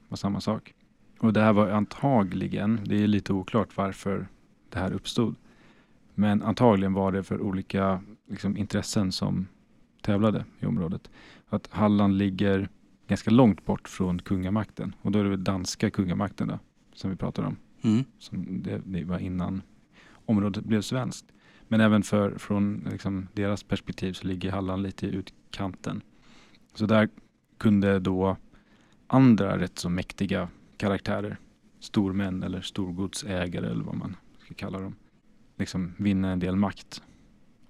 var samma sak. Och det här var antagligen, det är lite oklart varför det här uppstod, men antagligen var det för olika liksom, intressen som tävlade i området. Att Halland ligger ganska långt bort från kungamakten och då är det väl danska kungamakten då, som vi pratar om Mm. som det, det var innan området blev svenskt. Men även för, från liksom deras perspektiv så ligger Halland lite i utkanten. Så där kunde då andra rätt så mäktiga karaktärer, stormän eller storgodsägare eller vad man ska kalla dem, liksom vinna en del makt.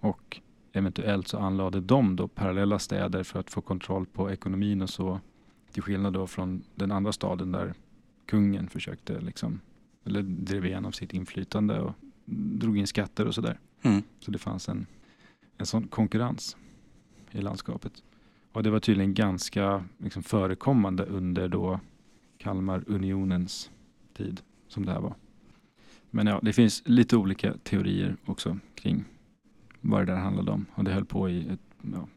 Och eventuellt så anlade de då parallella städer för att få kontroll på ekonomin och så. Till skillnad då från den andra staden där kungen försökte liksom eller drev igenom sitt inflytande och drog in skatter och sådär. Mm. Så det fanns en, en sån konkurrens i landskapet. Och det var tydligen ganska liksom, förekommande under då Kalmarunionens tid som det här var. Men ja, det finns lite olika teorier också kring vad det där handlade om. Och det höll på i ett, ja,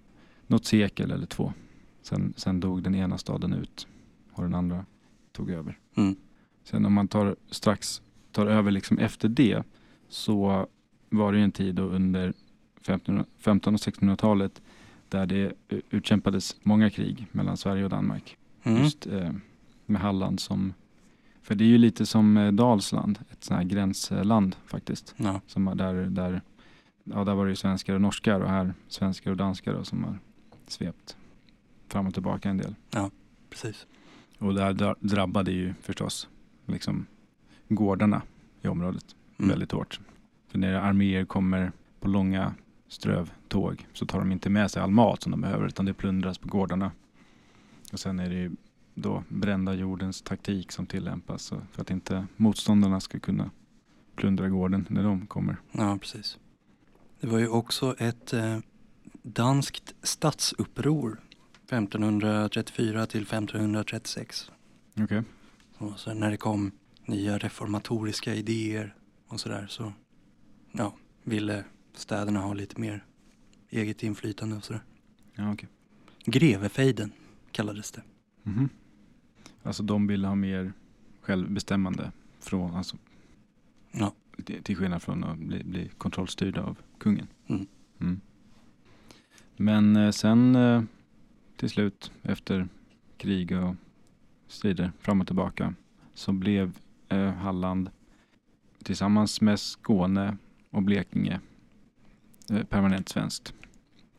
något sekel eller två. Sen, sen dog den ena staden ut och den andra tog över. Mm. Sen om man tar strax tar över liksom efter det så var det ju en tid då under 1500 15 och 1600-talet där det eh, utkämpades många krig mellan Sverige och Danmark Mm. just eh, med Halland som, för det är ju lite som eh, Dalsland, ett sånt här gränsland faktiskt. Ja. Som har där, där, ja, där var det ju svenskar och norskar och här svenskar och danskar då, som har svept fram och tillbaka en del. Precis. Och där dra- drabbade ju förstås liksom gårdarna i området Mm. väldigt hårt. För när arméer kommer på långa strövtåg så tar de inte med sig all mat som de behöver utan det plundras på gårdarna. Och sen är det ju då brända jordens taktik som tillämpas så- för att inte motståndarna ska kunna plundra gården när de kommer. Ja, precis. Det var ju också ett eh, danskt statsuppror 1534 till 1536. Okej. Och sen när det kom nya reformatoriska idéer och sådär så ja, ville städerna ha lite mer eget inflytande och sådär. Ja, okej. Grevefejden kallades det. Mhm. Alltså de vill ha mer självbestämmande från, alltså, Ja. till- till skillnad från att bli, bli kontrollstyrda av kungen. Mm. Mm. Men eh, sen eh, till slut efter krig och strider fram och tillbaka så blev eh, Halland tillsammans med Skåne och Blekinge eh, permanent svenskt.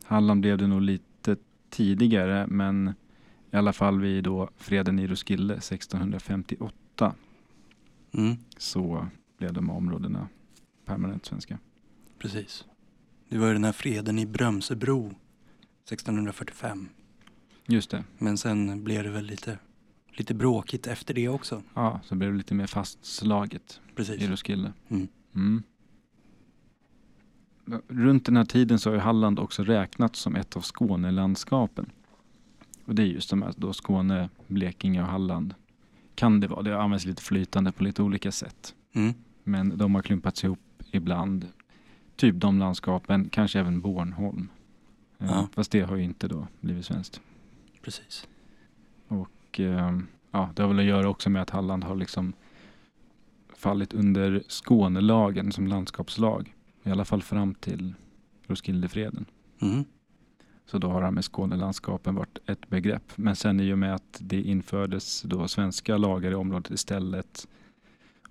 Halland blev det nog lite tidigare men i alla fall vid då freden i Roskilde 1658 Mm, så blev de områdena permanent svenska. precis. Det var ju den här freden i Brömsebro 1645. Just det. Men sen blev det väl lite, lite bråkigt efter det också. Ja, så blev det lite mer fastslaget i Precis. Roskilde. Mm. Mm. Runt den här tiden så har ju Halland också räknats som ett av Skånelandskapen. Och det är just de här då Skåne, Blekinge och Halland. Kan det vara. Det används lite flytande på lite olika sätt. Mm. Men de har klumpats ihop ibland. Typ de landskapen, kanske även Bornholm. Eh, Ja. Fast det har ju inte då blivit svenskt. Precis. Och eh, ja, det har väl att göra också med att Halland har liksom fallit under Skånelagen som landskapslag. I alla fall fram till Roskildefreden. Mm. Så då har det här med Skånelandskapen varit ett begrepp. Men sen i och med att det infördes då svenska lagar i området istället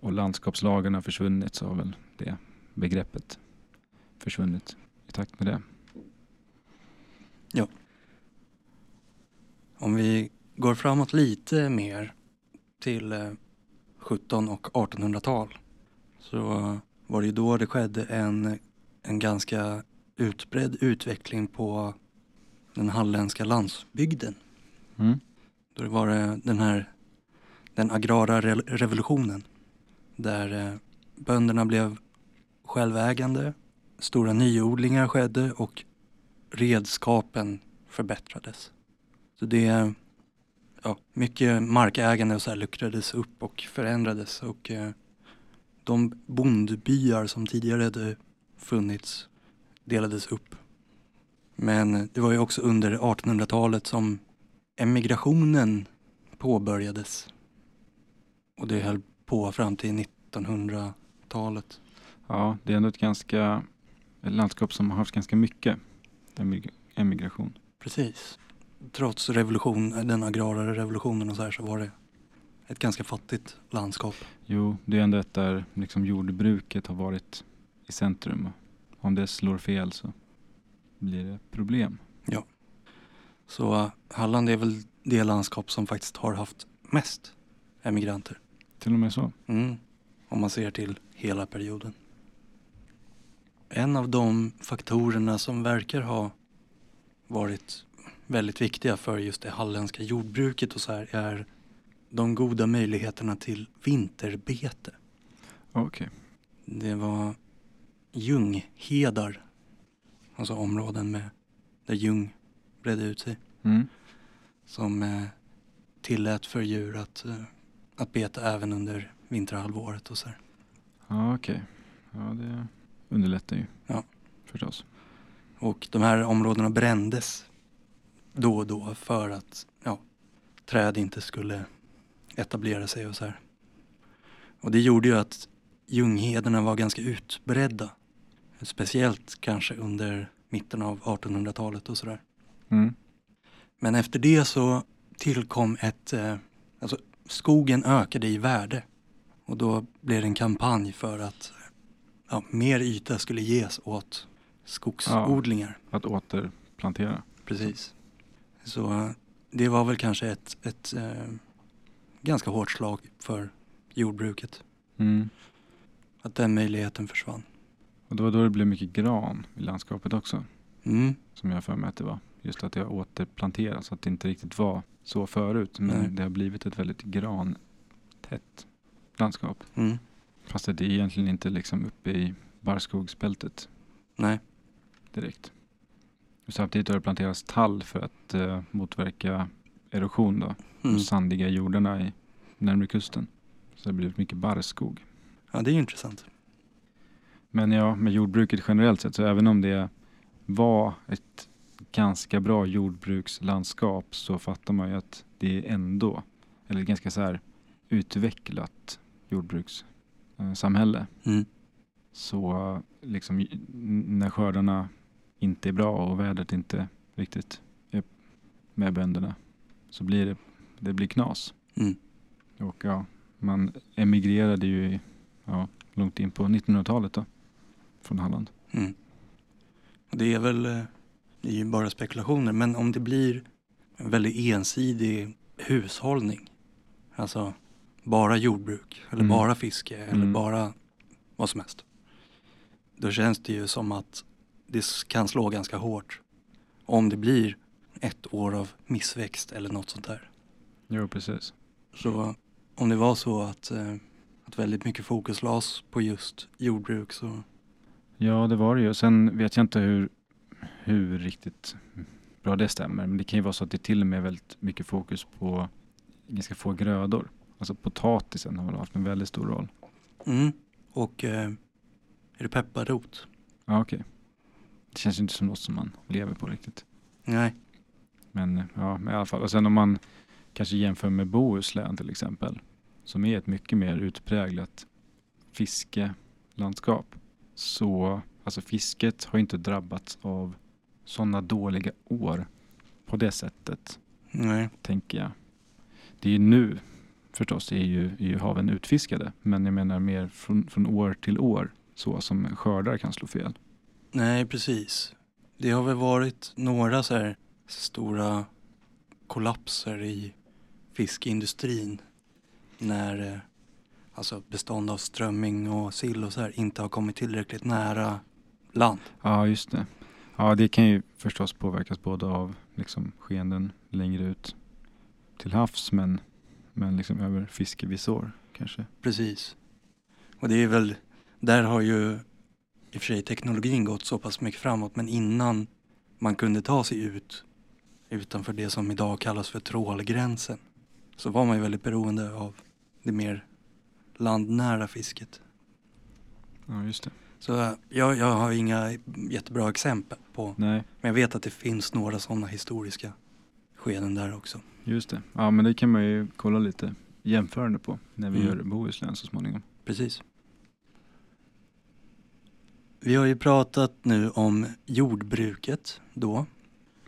och landskapslagarna har försvunnit så har väl det begreppet försvunnit i takt med det. Om vi går framåt lite mer till eh, 17 och 1800-tal så var det ju då det skedde en, en ganska utbredd utveckling på den halländska landsbygden. Mm. Då det var det den här den agrara re- revolutionen där eh, bönderna blev självägande, stora nyodlingar skedde och redskapen förbättrades. Så det, ja, mycket markägande och så här luckrades upp och förändrades och eh, de bondbyar som tidigare hade funnits delades upp. Men det var ju också under 1800-talet som emigrationen påbörjades. Och det höll på fram till 1900-talet. Ja, det är ändå ett ganska ett landskap som har haft ganska mycket emig- emigration. Precis. Trots revolution, den agrara revolutionen och så här så var det ett ganska fattigt landskap. Jo, det är ändå ett där liksom jordbruket har varit i centrum. Om det slår fel så blir det problem. Så eh, Halland är väl det landskap som faktiskt har haft mest emigranter. Till och med så. Mm. Om man ser till hela perioden. En av de faktorerna som verkar ha varit väldigt viktiga för just det halländska jordbruket och så här är de goda möjligheterna till vinterbete. Okej. Det var ljunghedar Alltså områden med, där Jung bredde ut sig. Mm. Som eh, tillät för djur att, eh, att beta även under vinterhalvåret och så här. Ja, okej. Ja, det underlättar ju. Ja. Förstås. Och de här områdena brändes då och då för att ja, träd inte skulle etablera sig och så här. Och det gjorde ju att ljunghederna var ganska utbredda. Speciellt kanske under mitten av 1800-talet och sådär. Mm. Men efter det så tillkom ett... Eh, alltså skogen ökade i värde. Och då blev det en kampanj för att ja, mer yta skulle ges åt skogsodlingar. Att återplantera. Precis. Så eh, det var väl kanske ett, ett eh, ganska hårt slag för jordbruket. Mm. Att den möjligheten försvann. Och det var då det blev mycket gran i landskapet också. Mm. Som jag har för mig att det var. Just att det har återplanterats. Att det inte riktigt var så förut. Men Nej. det har blivit ett väldigt grantätt landskap. Mm. Fast det är egentligen inte liksom uppe i barrskogsbältet Nej. direkt. Samtidigt har det planterats tall för att eh, motverka erosion då. Mm. De sandiga jordarna i, närmare kusten. Så det har blivit mycket barrskog. Ja, det är ju intressant. Men ja, med jordbruket generellt sett, så även om det var ett ganska bra jordbrukslandskap så fattar man ju att det är ändå, eller ett ganska så här utvecklat eh, jordbrukssamhälle. Mm. Så liksom n- när skördarna inte är bra och vädret inte riktigt är med bönderna så blir det, det blir knas. Mm. Och ja, man emigrerade ju i, ja, långt in på 1900-talet då från Halland. Mm. Och Det är väl, eh, det är ju bara spekulationer, men om det blir en väldigt ensidig hushållning, alltså bara jordbruk eller Mm. bara fiske eller Mm. bara vad som helst. Då känns det ju som att det s- kan slå ganska hårt om det blir ett år av missväxt eller något sånt där. Jo, precis. Så om det var så att, eh, att väldigt mycket fokus lades på just jordbruk så, Ja, det var det ju. Sen vet jag inte hur, hur riktigt bra det stämmer. Men det kan ju vara så att det till och med är väldigt mycket fokus på ganska få grödor. Alltså potatisen har väl haft en väldigt stor roll. mm. Och eh, är det pepparrot? Ja, okej. Det känns ju inte som något som man lever på riktigt. Nej. Men eh, ja, men i alla fall. Och sen om man kanske jämför med Bohuslän till exempel, som är ett mycket mer utpräglat fiskelandskap. Så alltså fisket har inte drabbats av sådana dåliga år på det sättet, Nej. tänker jag. Det är ju nu förstås, är ju, är ju haven utfiskade. Men jag menar mer från, från år till år, så som skördar kan slå fel. Nej, precis. Det har väl varit några så här stora kollapser i fiskeindustrin när eh, alltså bestånd av strömming och sill och så här inte har kommit tillräckligt nära land. Ja, just det. Ja, det kan ju förstås påverkas både av liksom, skeenden längre ut till havs men, men liksom över fiskevisor kanske. Precis. Och det är väl, där har ju i och för sig teknologin gått så pass mycket framåt men innan man kunde ta sig ut utanför det som idag kallas för trålgränsen så var man ju väldigt beroende av det mer landnära fisket. Ja, just det. Så eh, jag, jag har inga jättebra exempel på Nej, men jag vet att det finns några sådana historiska skeden där också. just det. Ja, men det kan man ju kolla lite jämförande på när vi Mm. gör Bohuslän så småningom. Precis. Vi har ju pratat nu om jordbruket då.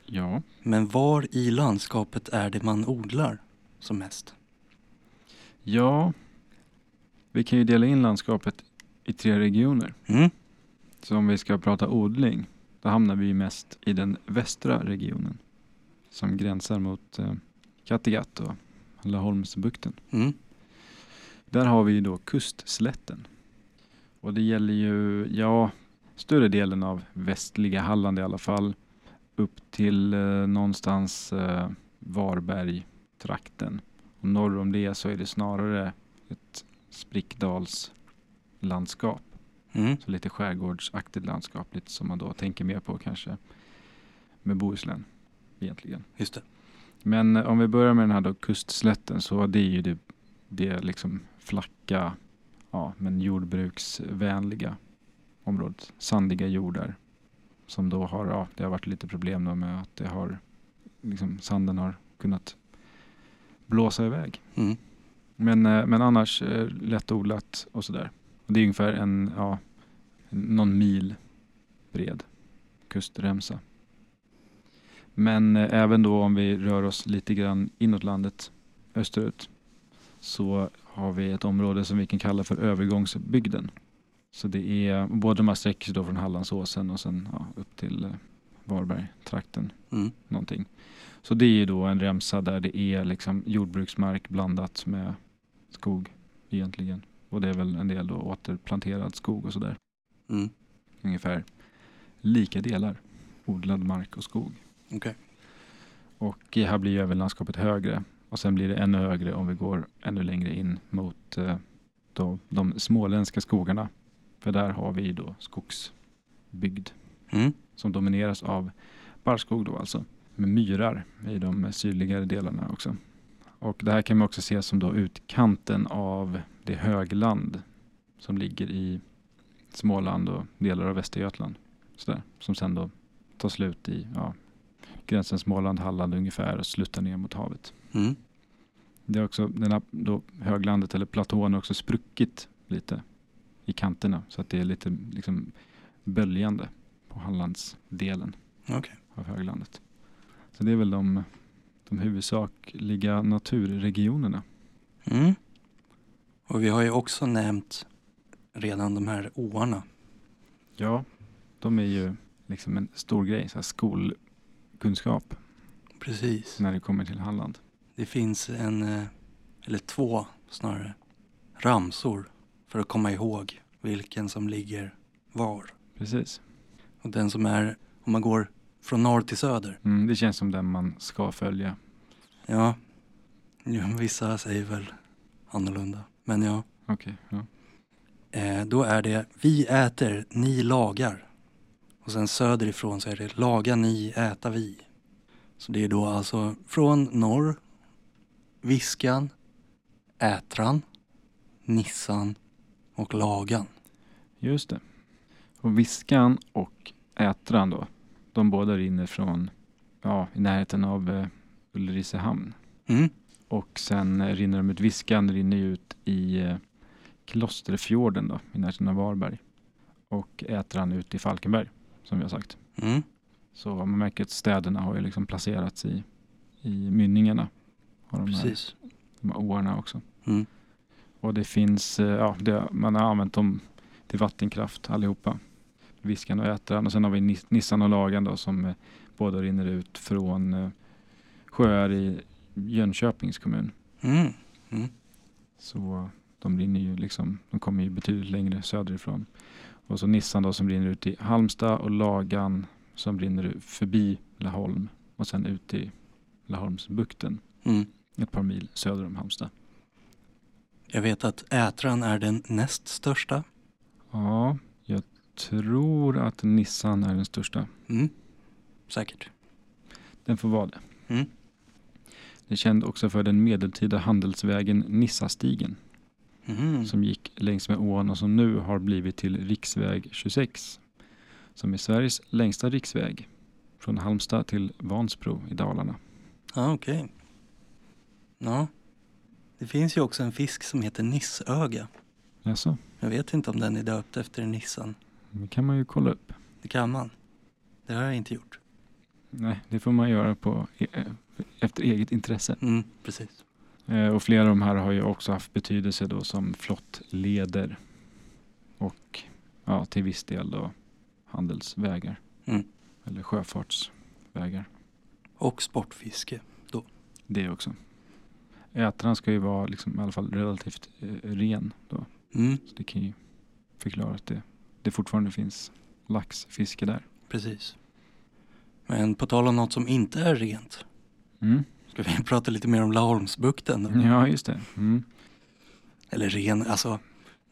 Ja, Men var i landskapet är det man odlar som mest? ja. Vi kan ju dela in landskapet i tre regioner. Mm. Så om vi ska prata odling, då hamnar vi ju mest i den västra regionen som gränsar mot eh, Kattegatt och Laholmsbukten. Mm. Där har vi ju då kustslätten. Och det gäller ju, ja, större delen av västliga Halland i alla fall. Upp till eh, någonstans eh, Varberg-trakten. Och norr om det så är det snarare ett sprickdalslandskap. Mm. Så lite skärgårdsaktigt landskap, lite som man då tänker mer på kanske med Bohuslän egentligen. Just det. Men eh, om vi börjar med den här då kustslätten så det är ju det, det liksom flacka, ja men jordbruksvänliga området. Sandiga jordar som då har, ja det har varit lite problem då med att det har, liksom sanden har kunnat blåsa iväg. Mm. Men, eh, men annars eh, lättodlat och sådär. Och det är ungefär en, ja, någon mil bred kustremsa. Men eh, även då om vi rör oss lite grann inåt landet, österut, så har vi ett område som vi kan kalla för övergångsbygden. Så det är, båda de här sträcker sig då från Hallandsåsen och sen ja, upp till eh, Varbergtrakten Mm. någonting. Så det är ju då en remsa där det är liksom jordbruksmark blandat med skog egentligen. Och det är väl en del då återplanterad skog och sådär. Mm. Ungefär lika delar odlad mark och skog. Okej. Och här blir ju även landskapet högre. Och sen blir det ännu högre om vi går ännu längre in mot eh, då, de småländska skogarna. För där har vi ju då skogsbygd Mm. som domineras av barrskog då alltså, med myrar i de sydligare delarna också. Och det här kan man också se som då utkanten av det högland som ligger i Småland och delar av Västergötland. Sådär, som sen då tar slut i ja, gränsen Småland, Halland ungefär och slutar ner mot havet. Mm. Det är också, den här då, höglandet eller platån har också spruckit lite i kanterna så att det är lite liksom böljande på Hallandsdelen Okej. av höglandet. Så det är väl de, de huvudsakliga naturregionerna. Mm. Och vi har ju också nämnt redan de här åarna. Ja. De är ju liksom en stor grej, så här skolkunskap Precis. när det kommer till Halland. Det finns en, eh, eller två snarare, ramsor för att komma ihåg vilken som ligger var. Precis. Och den som är, om man går från norr till söder. Mm, det känns som den man ska följa. Ja, ja vissa säger väl annorlunda. Men ja, Okej. ja. eh, då är det vi äter, ni lagar. Och sen söderifrån så är det laga ni, äta vi. Så det är då alltså från norr, Viskan, Ätran, Nissan och Lagan. Just det. Och Viskan och Ätran då. De båda rinner från, ja, i närheten av eh, Ulricehamn. Mm. Och sen eh, rinner de ut, Viskan rinner ju ut i eh, Klosterfjorden då, i närheten av Varberg. Och Ätran ut i Falkenberg, som vi har sagt. Mm. Så man märker att städerna har ju liksom placerats i, i mynningarna. Har de, här, Precis. de här åarna också. Mm. Och det finns, eh, ja, det, man har använt dem till vattenkraft allihopa. Viskan och Ätran och sen har vi Nis- Nissan och Lagan då som eh, båda rinner ut från eh, sjöar i Jönköpings kommun. Mm. Så de rinner ju liksom, de kommer ju betydligt längre söderifrån. Och så Nissan då som rinner ut i Halmstad och Lagan som rinner ut förbi Laholm och sen ut i Laholmsbukten Mm. ett par mil söder om Halmstad. Jag vet att Ätran är den näst största. Ja, jag tror att Nissan är den största. Mm. Säkert. Den får vara det. Mm. Den är känd också för den medeltida handelsvägen Nissastigen Mm. som gick längs med ån och som nu har blivit till riksväg 26 som är Sveriges längsta riksväg från Halmstad till Vansbro i Dalarna. Ja, okej. Ja. Det finns ju också en fisk som heter nissöga. Jaså, Jag vet inte om den är döpt efter nissen. det kan man ju kolla upp. Det kan man. Det har jag inte gjort. Nej, det får man göra på, e- e- efter eget intresse. Mm, precis. Eh, Och flera av de här har ju också haft betydelse då som flottleder och ja, till viss del då handelsvägar Mm. eller sjöfartsvägar. Och sportfiske. Det också. Ätaren ska ju vara liksom, i alla fall relativt eh, ren då. Mm, Så det kan ju förklara att det, det fortfarande finns laxfiske där. precis. Men på tal om något som inte är rent. Mm. Ska vi prata lite mer om Laholmsbukten? då? Mm. Ja, just det. Mm. Eller ren, alltså.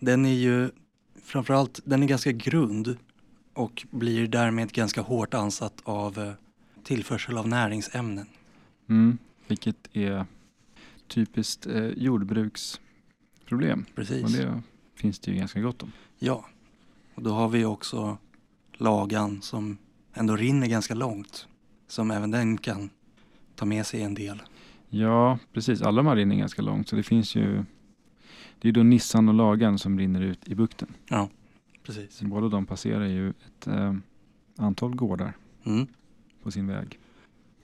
Den är ju framförallt, den är ganska grund och blir därmed ganska hårt ansatt av eh, tillförsel av näringsämnen. Mm, vilket är typiskt eh, jordbruksproblem. Och Precis. det finns det ju ganska gott om. Ja. Och då har vi också lagan som ändå rinner ganska långt. Som även den kan ta med sig en del. Ja, precis. Alla de här rinner ganska långt. Så det finns ju... Det är ju då Nissan och Lagan som rinner ut i bukten. Precis. Så båda de passerar ju ett eh, antal gårdar Mm. på sin väg.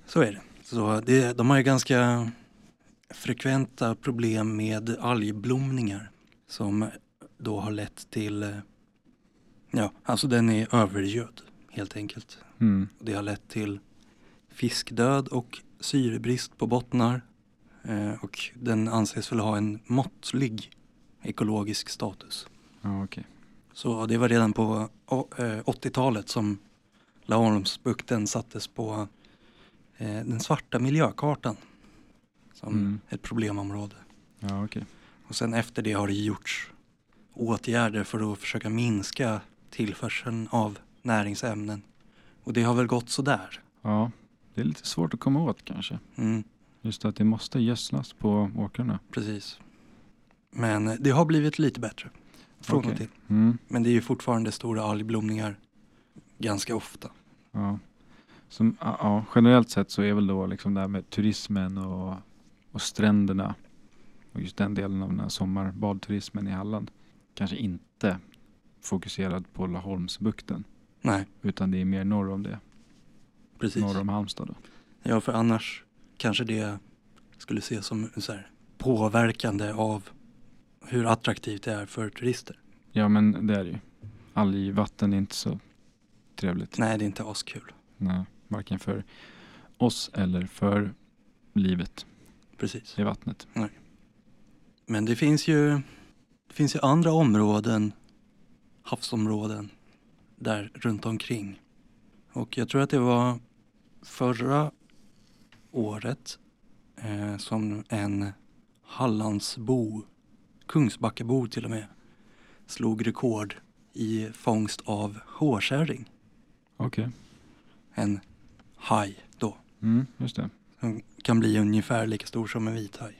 Så är det. Så det, de har ju ganska frekventa problem med algblomningar som då har lett till, eh, ja, alltså den är övergödd helt enkelt. Mm. Det har lett till fiskdöd och syrebrist på bottnar eh, och den anses väl ha en måttlig ekologisk status. Ja, okej. Så det var redan på å- eh, 80-talet som Laholmsbukten sattes på eh, den svarta miljökartan som Mm. ett problemområde. Ja, okej. Och sen efter det har det gjorts åtgärder för att försöka minska tillförseln av näringsämnen. Och det har väl gått sådär. Ja, det är lite svårt att komma åt kanske. Mm, Just att det måste gödslas på åkrarna. precis. Men det har blivit lite bättre. Från och Okej. till. Mm. Men det är ju fortfarande stora algblomningar ganska ofta. Ja. Som, ja, ja, generellt sett så är väl då liksom det här med turismen och, och stränderna och just den delen av den här sommarbadturismen i Halland kanske inte fokuserad på Laholmsbukten Nej, utan det är mer norr om det, precis. norr om Halmstad. Då. Ja, för annars kanske det skulle ses som så här, påverkande av hur attraktivt det är för turister. Ja men det är det ju. Algvatten är inte så trevligt. Nej, det är inte askul. Nej, varken för oss eller för livet Precis. i vattnet. Men det finns ju, det finns ju andra områden, havsområden, där runt omkring. Och jag tror att det var förra året eh, som en Hallandsbo, Kungsbackabo till och med, slog rekord i fångst av hårkärring. Okej, En haj då, mm, just det. som kan bli ungefär lika stor som en vithaj.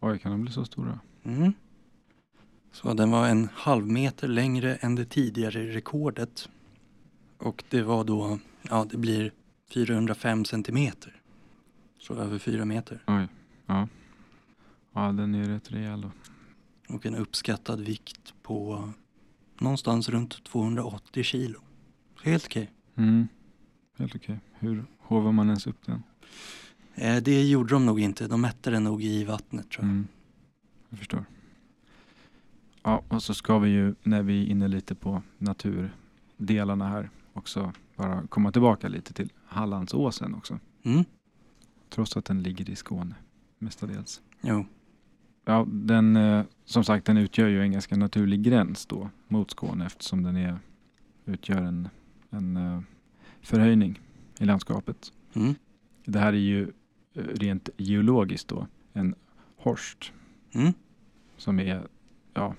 Oj, kan de bli så stora? Mm. Så den var en halv meter längre än det tidigare rekordet. Och det var då, ja det blir 405 centimeter. Så över fyra meter. Oj, ja. Ja, den är ju rätt rejäl då. Och en uppskattad vikt på någonstans runt 280 kilo. Så Helt okej. Mm. Helt okej. Hur hovar man ens upp den? Eh, det gjorde de nog inte, de mätte den nog i vattnet tror jag. Mm. Jag förstår. Ja, och så ska vi ju när vi är inne lite på naturdelarna här också bara komma tillbaka lite till Hallandsåsen också. Mm. Trots att den ligger i Skåne mestadels. Jo, Ja, den, eh, som sagt, den utgör ju en ganska naturlig gräns då mot Skåne eftersom den är, utgör en, en eh, förhöjning i landskapet. mm. Det här är ju eh, rent geologiskt då en horst Mm. som är ja,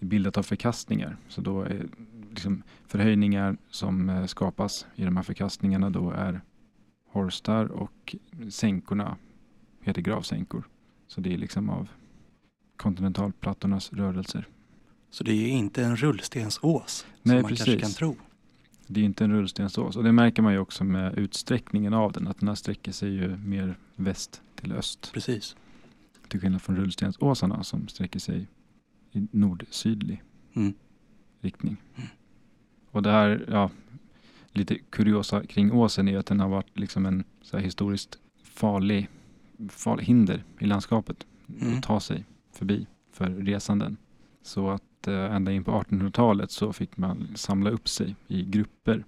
bildat av förkastningar. Så då är liksom förhöjningar som eh, skapas i de här förkastningarna då är horstar och sänkorna heter gravsänkor. Så det är liksom av kontinentalplattornas rörelser. så det är ju inte en rullstensås Nej, som man kanske precis. kan tro. Det är inte en rullstensås och det märker man ju också med utsträckningen av den att den här sträcker sig ju mer väst till öst Precis. till skillnad från rullstensåsarna som sträcker sig i nord-sydlig Mm. riktning. Och det här, ja, lite kuriosa kring åsen är att den har varit liksom en så här historiskt farlig, farlig hinder i landskapet Mm. att ta sig förbi för resanden. Så att eh, ända in på 1800-talet så fick man samla upp sig i grupper.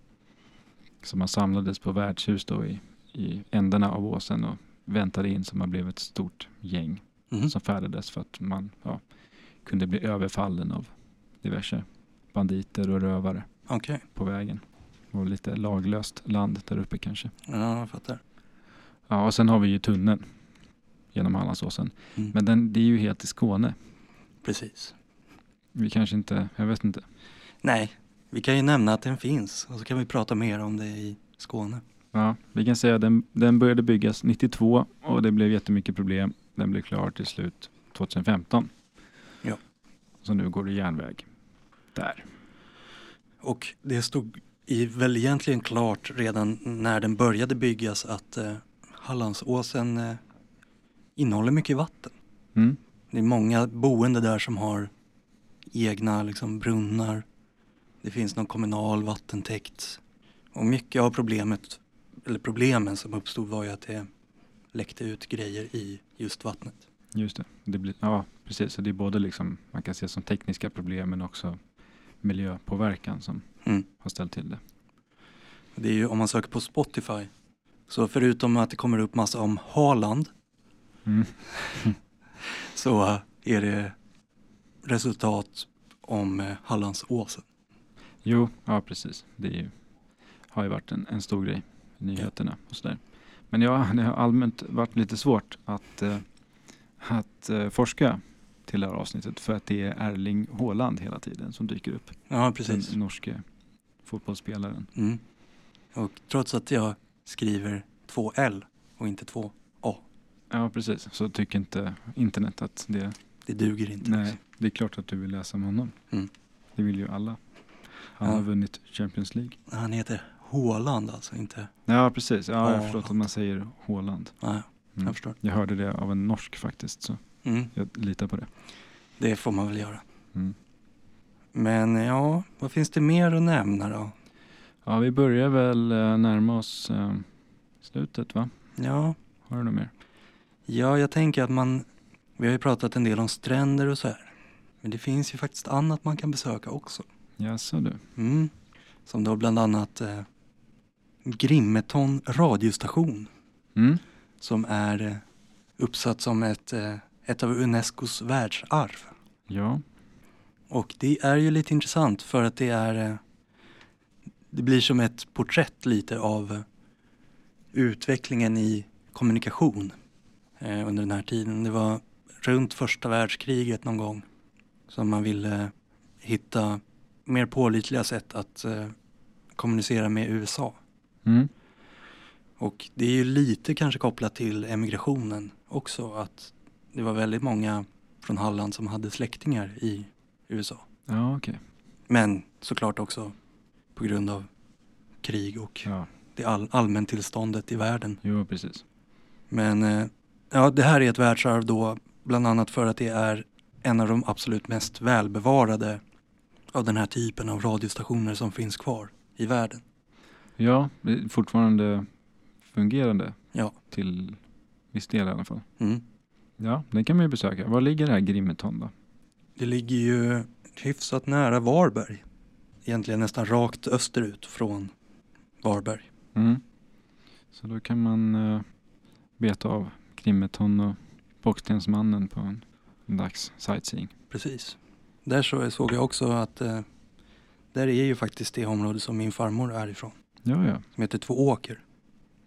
Så man samlades på värdshus då i, i ändarna av åsen och väntade in så man blev ett stort gäng Mm. som färdades för att man ja, kunde bli överfallen av diverse banditer och rövare Okej, på vägen. Och lite laglöst land där uppe kanske. ja, jag fattar. Ja, och sen har vi ju tunneln genom Hallandsåsen. Mm. Men den, det är ju helt i Skåne. Precis. Vi kanske inte, jag vet inte. Nej, vi kan ju nämna att den finns och så kan vi prata mer om det i Skåne. Ja, vi kan säga att den, den började byggas 92 och det blev jättemycket problem. Den blev klar till slut 2015. Ja. Så nu går det järnväg. Där. Och det stod i, väl egentligen klart redan när den började byggas att eh, Hallandsåsen eh, innehåller mycket vatten. Mm. Det är många boende där som har egna liksom, brunnar. Det finns någon kommunal vattentäkt. Och mycket av problemet, eller problemen som uppstod var ju att det läckte ut grejer i just vattnet. Just det. det blir, ja, precis. Så det är både liksom, man kan se som tekniska problem men också miljöpåverkan som Mm. har ställt till det. Det är ju om man söker på Spotify. Så förutom att det kommer upp massa om Haaland Mm. så eh, är det resultat om eh, Hallandsåsen. Jo, ja precis. Det är ju, har ju varit en, en stor grej i nyheterna och sådär. Men ja, det har allmänt varit lite svårt att, eh, att eh, forska till det här avsnittet för att det är Erling Haaland hela tiden som dyker upp. Ja, precis. Den norske fotbollsspelaren. Mm. Och trots att jag skriver två L och inte två A, Ja, precis. Så tycker inte internet att det... det duger inte. Nej, det är klart att du vill läsa om honom. Mm. Det vill ju alla. Han Ja. har vunnit Champions League. Han heter Haaland alltså, inte... Ja, precis. Ja, jag Ja. förstår att man säger Haaland. Nej, Mm. jag förstår. Jag hörde det av en norsk faktiskt, så Mm. jag litar på det. Det får man väl göra. Mm. Men ja, vad finns det mer att nämna då? Ja, vi börjar väl eh, närma oss eh, slutet, va? Ja, Har du något mer? ja, jag tänker att man... Vi har ju pratat en del om stränder och så här. Men det finns ju faktiskt annat man kan besöka också. Jaså du. Mm. Som då bland annat eh, Grimmeton radiostation Mm. som är eh, uppsatt som ett, eh, ett av Unescos världsarv. Ja. Och det är ju lite intressant för att det är eh, det blir som ett porträtt lite av eh, utvecklingen i kommunikation eh, under den här tiden. Det var runt första världskriget någon gång som man ville hitta mer pålitliga sätt att eh, kommunicera med USA. Mm. Och det är ju lite kanske kopplat till emigrationen också att det var väldigt många från Halland som hade släktingar i USA. Ja, okej. Men såklart också på grund av krig och Ja, det all- allmäntillståndet i världen. jo, precis. Men eh, ja, det här är ett världsarv då, bland annat för att det är en av de absolut mest välbevarade av den här typen av radiostationer som finns kvar i världen. Ja, det är fortfarande fungerande. Ja. Till viss del i alla fall. Mm. Ja, den kan man ju besöka. Var ligger det här Grimmeton då? Det ligger ju hyfsat nära Varberg. Egentligen nästan rakt österut från Varberg. Mm. Så då kan man eh, beta av Grimmeton och Bockstensmannen på en dags sightseeing. Precis. Där så såg jag också att eh, där är ju faktiskt det område som min farmor är ifrån. Ja, ja. som heter Två åker.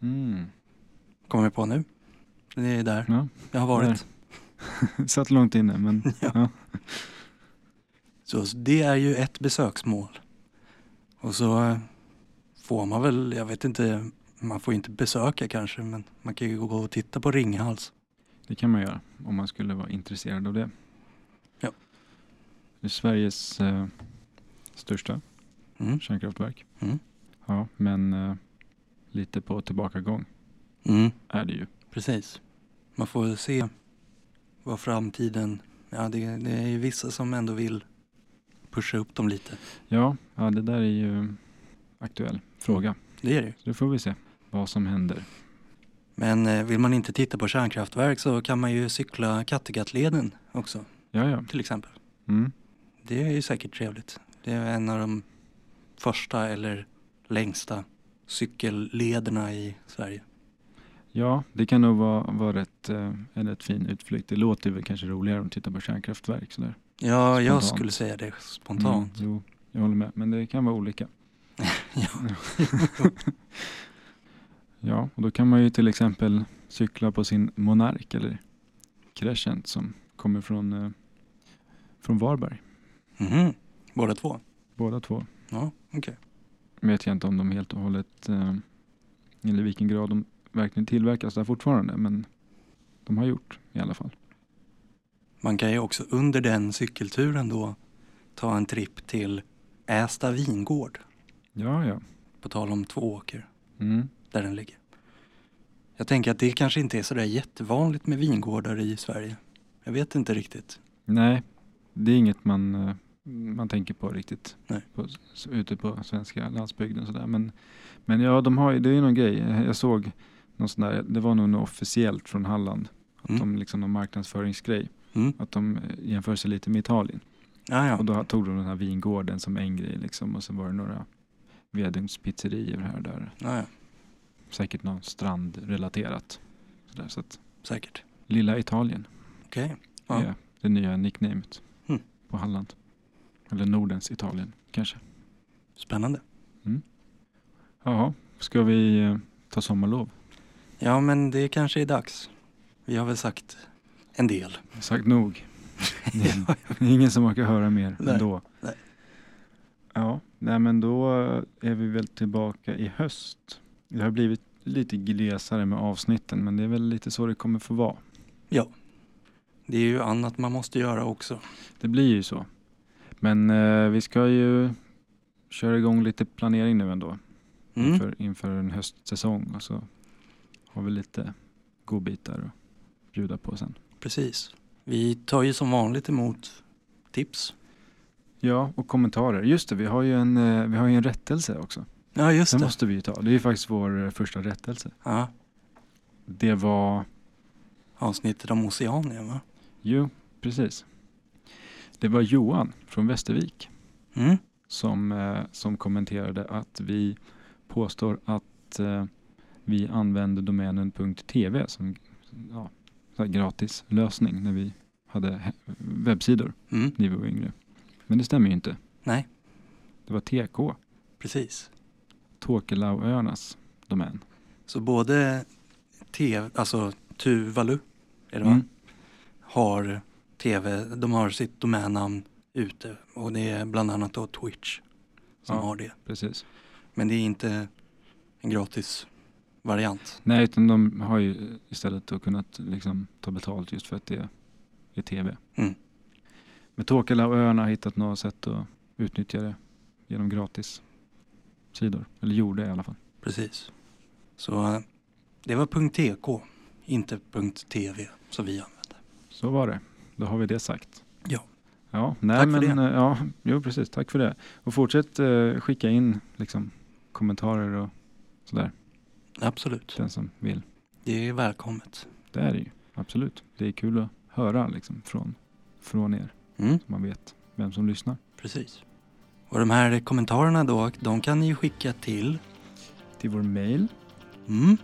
Mm. Kommer jag på nu. Det är där ja. jag har varit. Satt långt inne, men Så så det är ju ett besöksmål. Och så eh, får man väl, jag vet inte, man får ju inte besöka kanske, men man kan ju gå och titta på Ringhals. Det kan man göra om man skulle vara intresserad av det. Ja. Det är Sveriges eh, största Mm. kärnkraftverk. Mm. Ja, men eh, lite på tillbakagång Mm, är det ju. precis. Man får väl se vad framtiden, ja det, det är ju vissa som ändå vill pusha upp dem lite. Ja, ja det där är ju aktuell fråga. Det är det ju. Så det får vi se vad som händer. Men eh, vill man inte titta på kärnkraftverk så kan man ju cykla Kattegattleden också, Ja, ja. till exempel. Mm. Det är ju säkert trevligt. Det är en av de första eller längsta cykellederna i Sverige. Ja, det kan nog vara, vara rätt, eh, en rätt fin utflykt. Det låter väl kanske roligare om man tittar på kärnkraftverk. Sådär. Ja, jag Spontant. skulle säga det Mm, spontant. jo, jag håller med. Men det kan vara olika. ja. Ja, och då kan man ju till exempel cykla på sin Monark eller Crescent som kommer från, eh, från Varberg. Mhm. Båda två? Båda två. Ja, okej. Vet jag inte om de helt och hållet, eh, eller vilken grad de verkligen tillverkas där fortfarande, men de har gjort i alla fall. Man kan ju också under den cykelturen då ta en tripp till Ästa vingård, Ja, ja. på tal om två åker, Mm. där den ligger. Jag tänker att det kanske inte är sådär jättevanligt med vingårdar i Sverige. Jag vet inte riktigt. Nej, det är inget man, eh, man tänker på riktigt Nej. På, s- ute på svenska landsbygden. Sådär. Men, men ja, de har, ju- det är ju någon grej. Eh, Jag såg någon sån där, det var nog något officiellt från Halland. Att Mm. de liksom någon marknadsföringsgrej. Mm. Att de eh, jämför sig lite med Italien. Ah, ja, Och då tog de den här vingården som en grej liksom. Och så var det några vedungspizzerior här och där. ah, ja, Säkert någon strandrelaterat. Sådär, så att, säkert. lilla Italien. Okej. Det Ja. är det nya nicknamet Mm. på Halland. Eller Nordens Italien kanske. Spännande. Jaha, ska vi eh, ta sommarlov? Ja, men det kanske är dags. Vi har väl sagt en del. Sagt nog. Det är Ingen som orkar höra mer Nej, ändå. nej. Ja, nej men då eh, är vi väl tillbaka i höst. Det har blivit lite glesare med avsnitten men det är väl lite så det kommer få vara. Det är ju annat man måste göra också. Det blir ju så. Men eh, vi ska ju köra igång lite planering nu ändå. Mm. inför, inför en höstsäsong och så har vi lite godbitar att bjuda på sen. Precis. Vi tar ju som vanligt emot tips. Ja, och kommentarer. Just det, vi har ju en, eh, vi har ju en rättelse också. Ja, just Den det. måste vi ju ta. Det är ju faktiskt vår eh, första rättelse. Ja, Det var, avsnittet om Oceanien, va? jo, precis. Det var Johan från Västervik Mm. som, eh, som kommenterade att vi påstår att eh, vi använder domänen .tv som ja, så här gratis lösning när vi hade he- webbsidor. Mm. när vi var yngre. Men det stämmer ju inte. Nej. Det var TK, Precis. Tåkelauöarnas domän. Så både TV, alltså Tuvalu, är det va? Mm. Har TV, de har sitt domännamn ute och det är bland annat då Twitch som Ja. har det. Precis. Men det är inte en gratis variant. Nej, utan de har ju istället då kunnat liksom ta betalt just för att det är tv. Mm. Men Tåkelauöarna har hittat något sätt att utnyttja det genom gratis sidor. Eller gjorde i alla fall. Precis. Så eh, det var .tk, inte .tv som vi använde. Så var det. Då har vi det sagt. Ja. Ja, nej, Tack för men, det. eh, Ja, jo, precis. Tack för det. Och fortsätt eh, skicka in liksom, kommentarer och sådär. Absolut. Den som vill. Det är välkommet. Det är det ju, absolut. Det är kul att höra liksom från, från er, Mm. så man vet vem som lyssnar. Precis. Och de här kommentarerna då, de kan ni ju skicka till Till vår mail mm,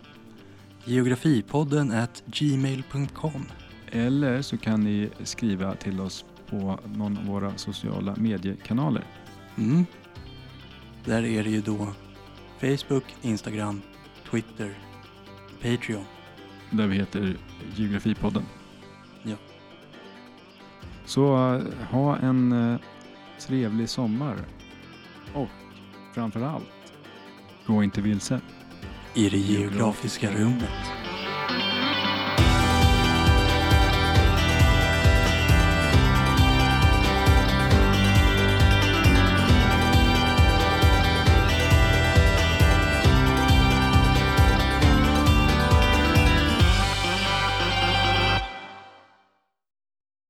geografipodden at gmail.com. eller så kan ni skriva till oss på någon av våra sociala mediekanaler. Mm. Där är det ju då Facebook, Instagram, Twitter, Patreon. Där vi heter Geografipodden. Ja. Så eh, ha en eh, trevlig sommar och framför allt, gå inte vilse. I det geografiska rummet.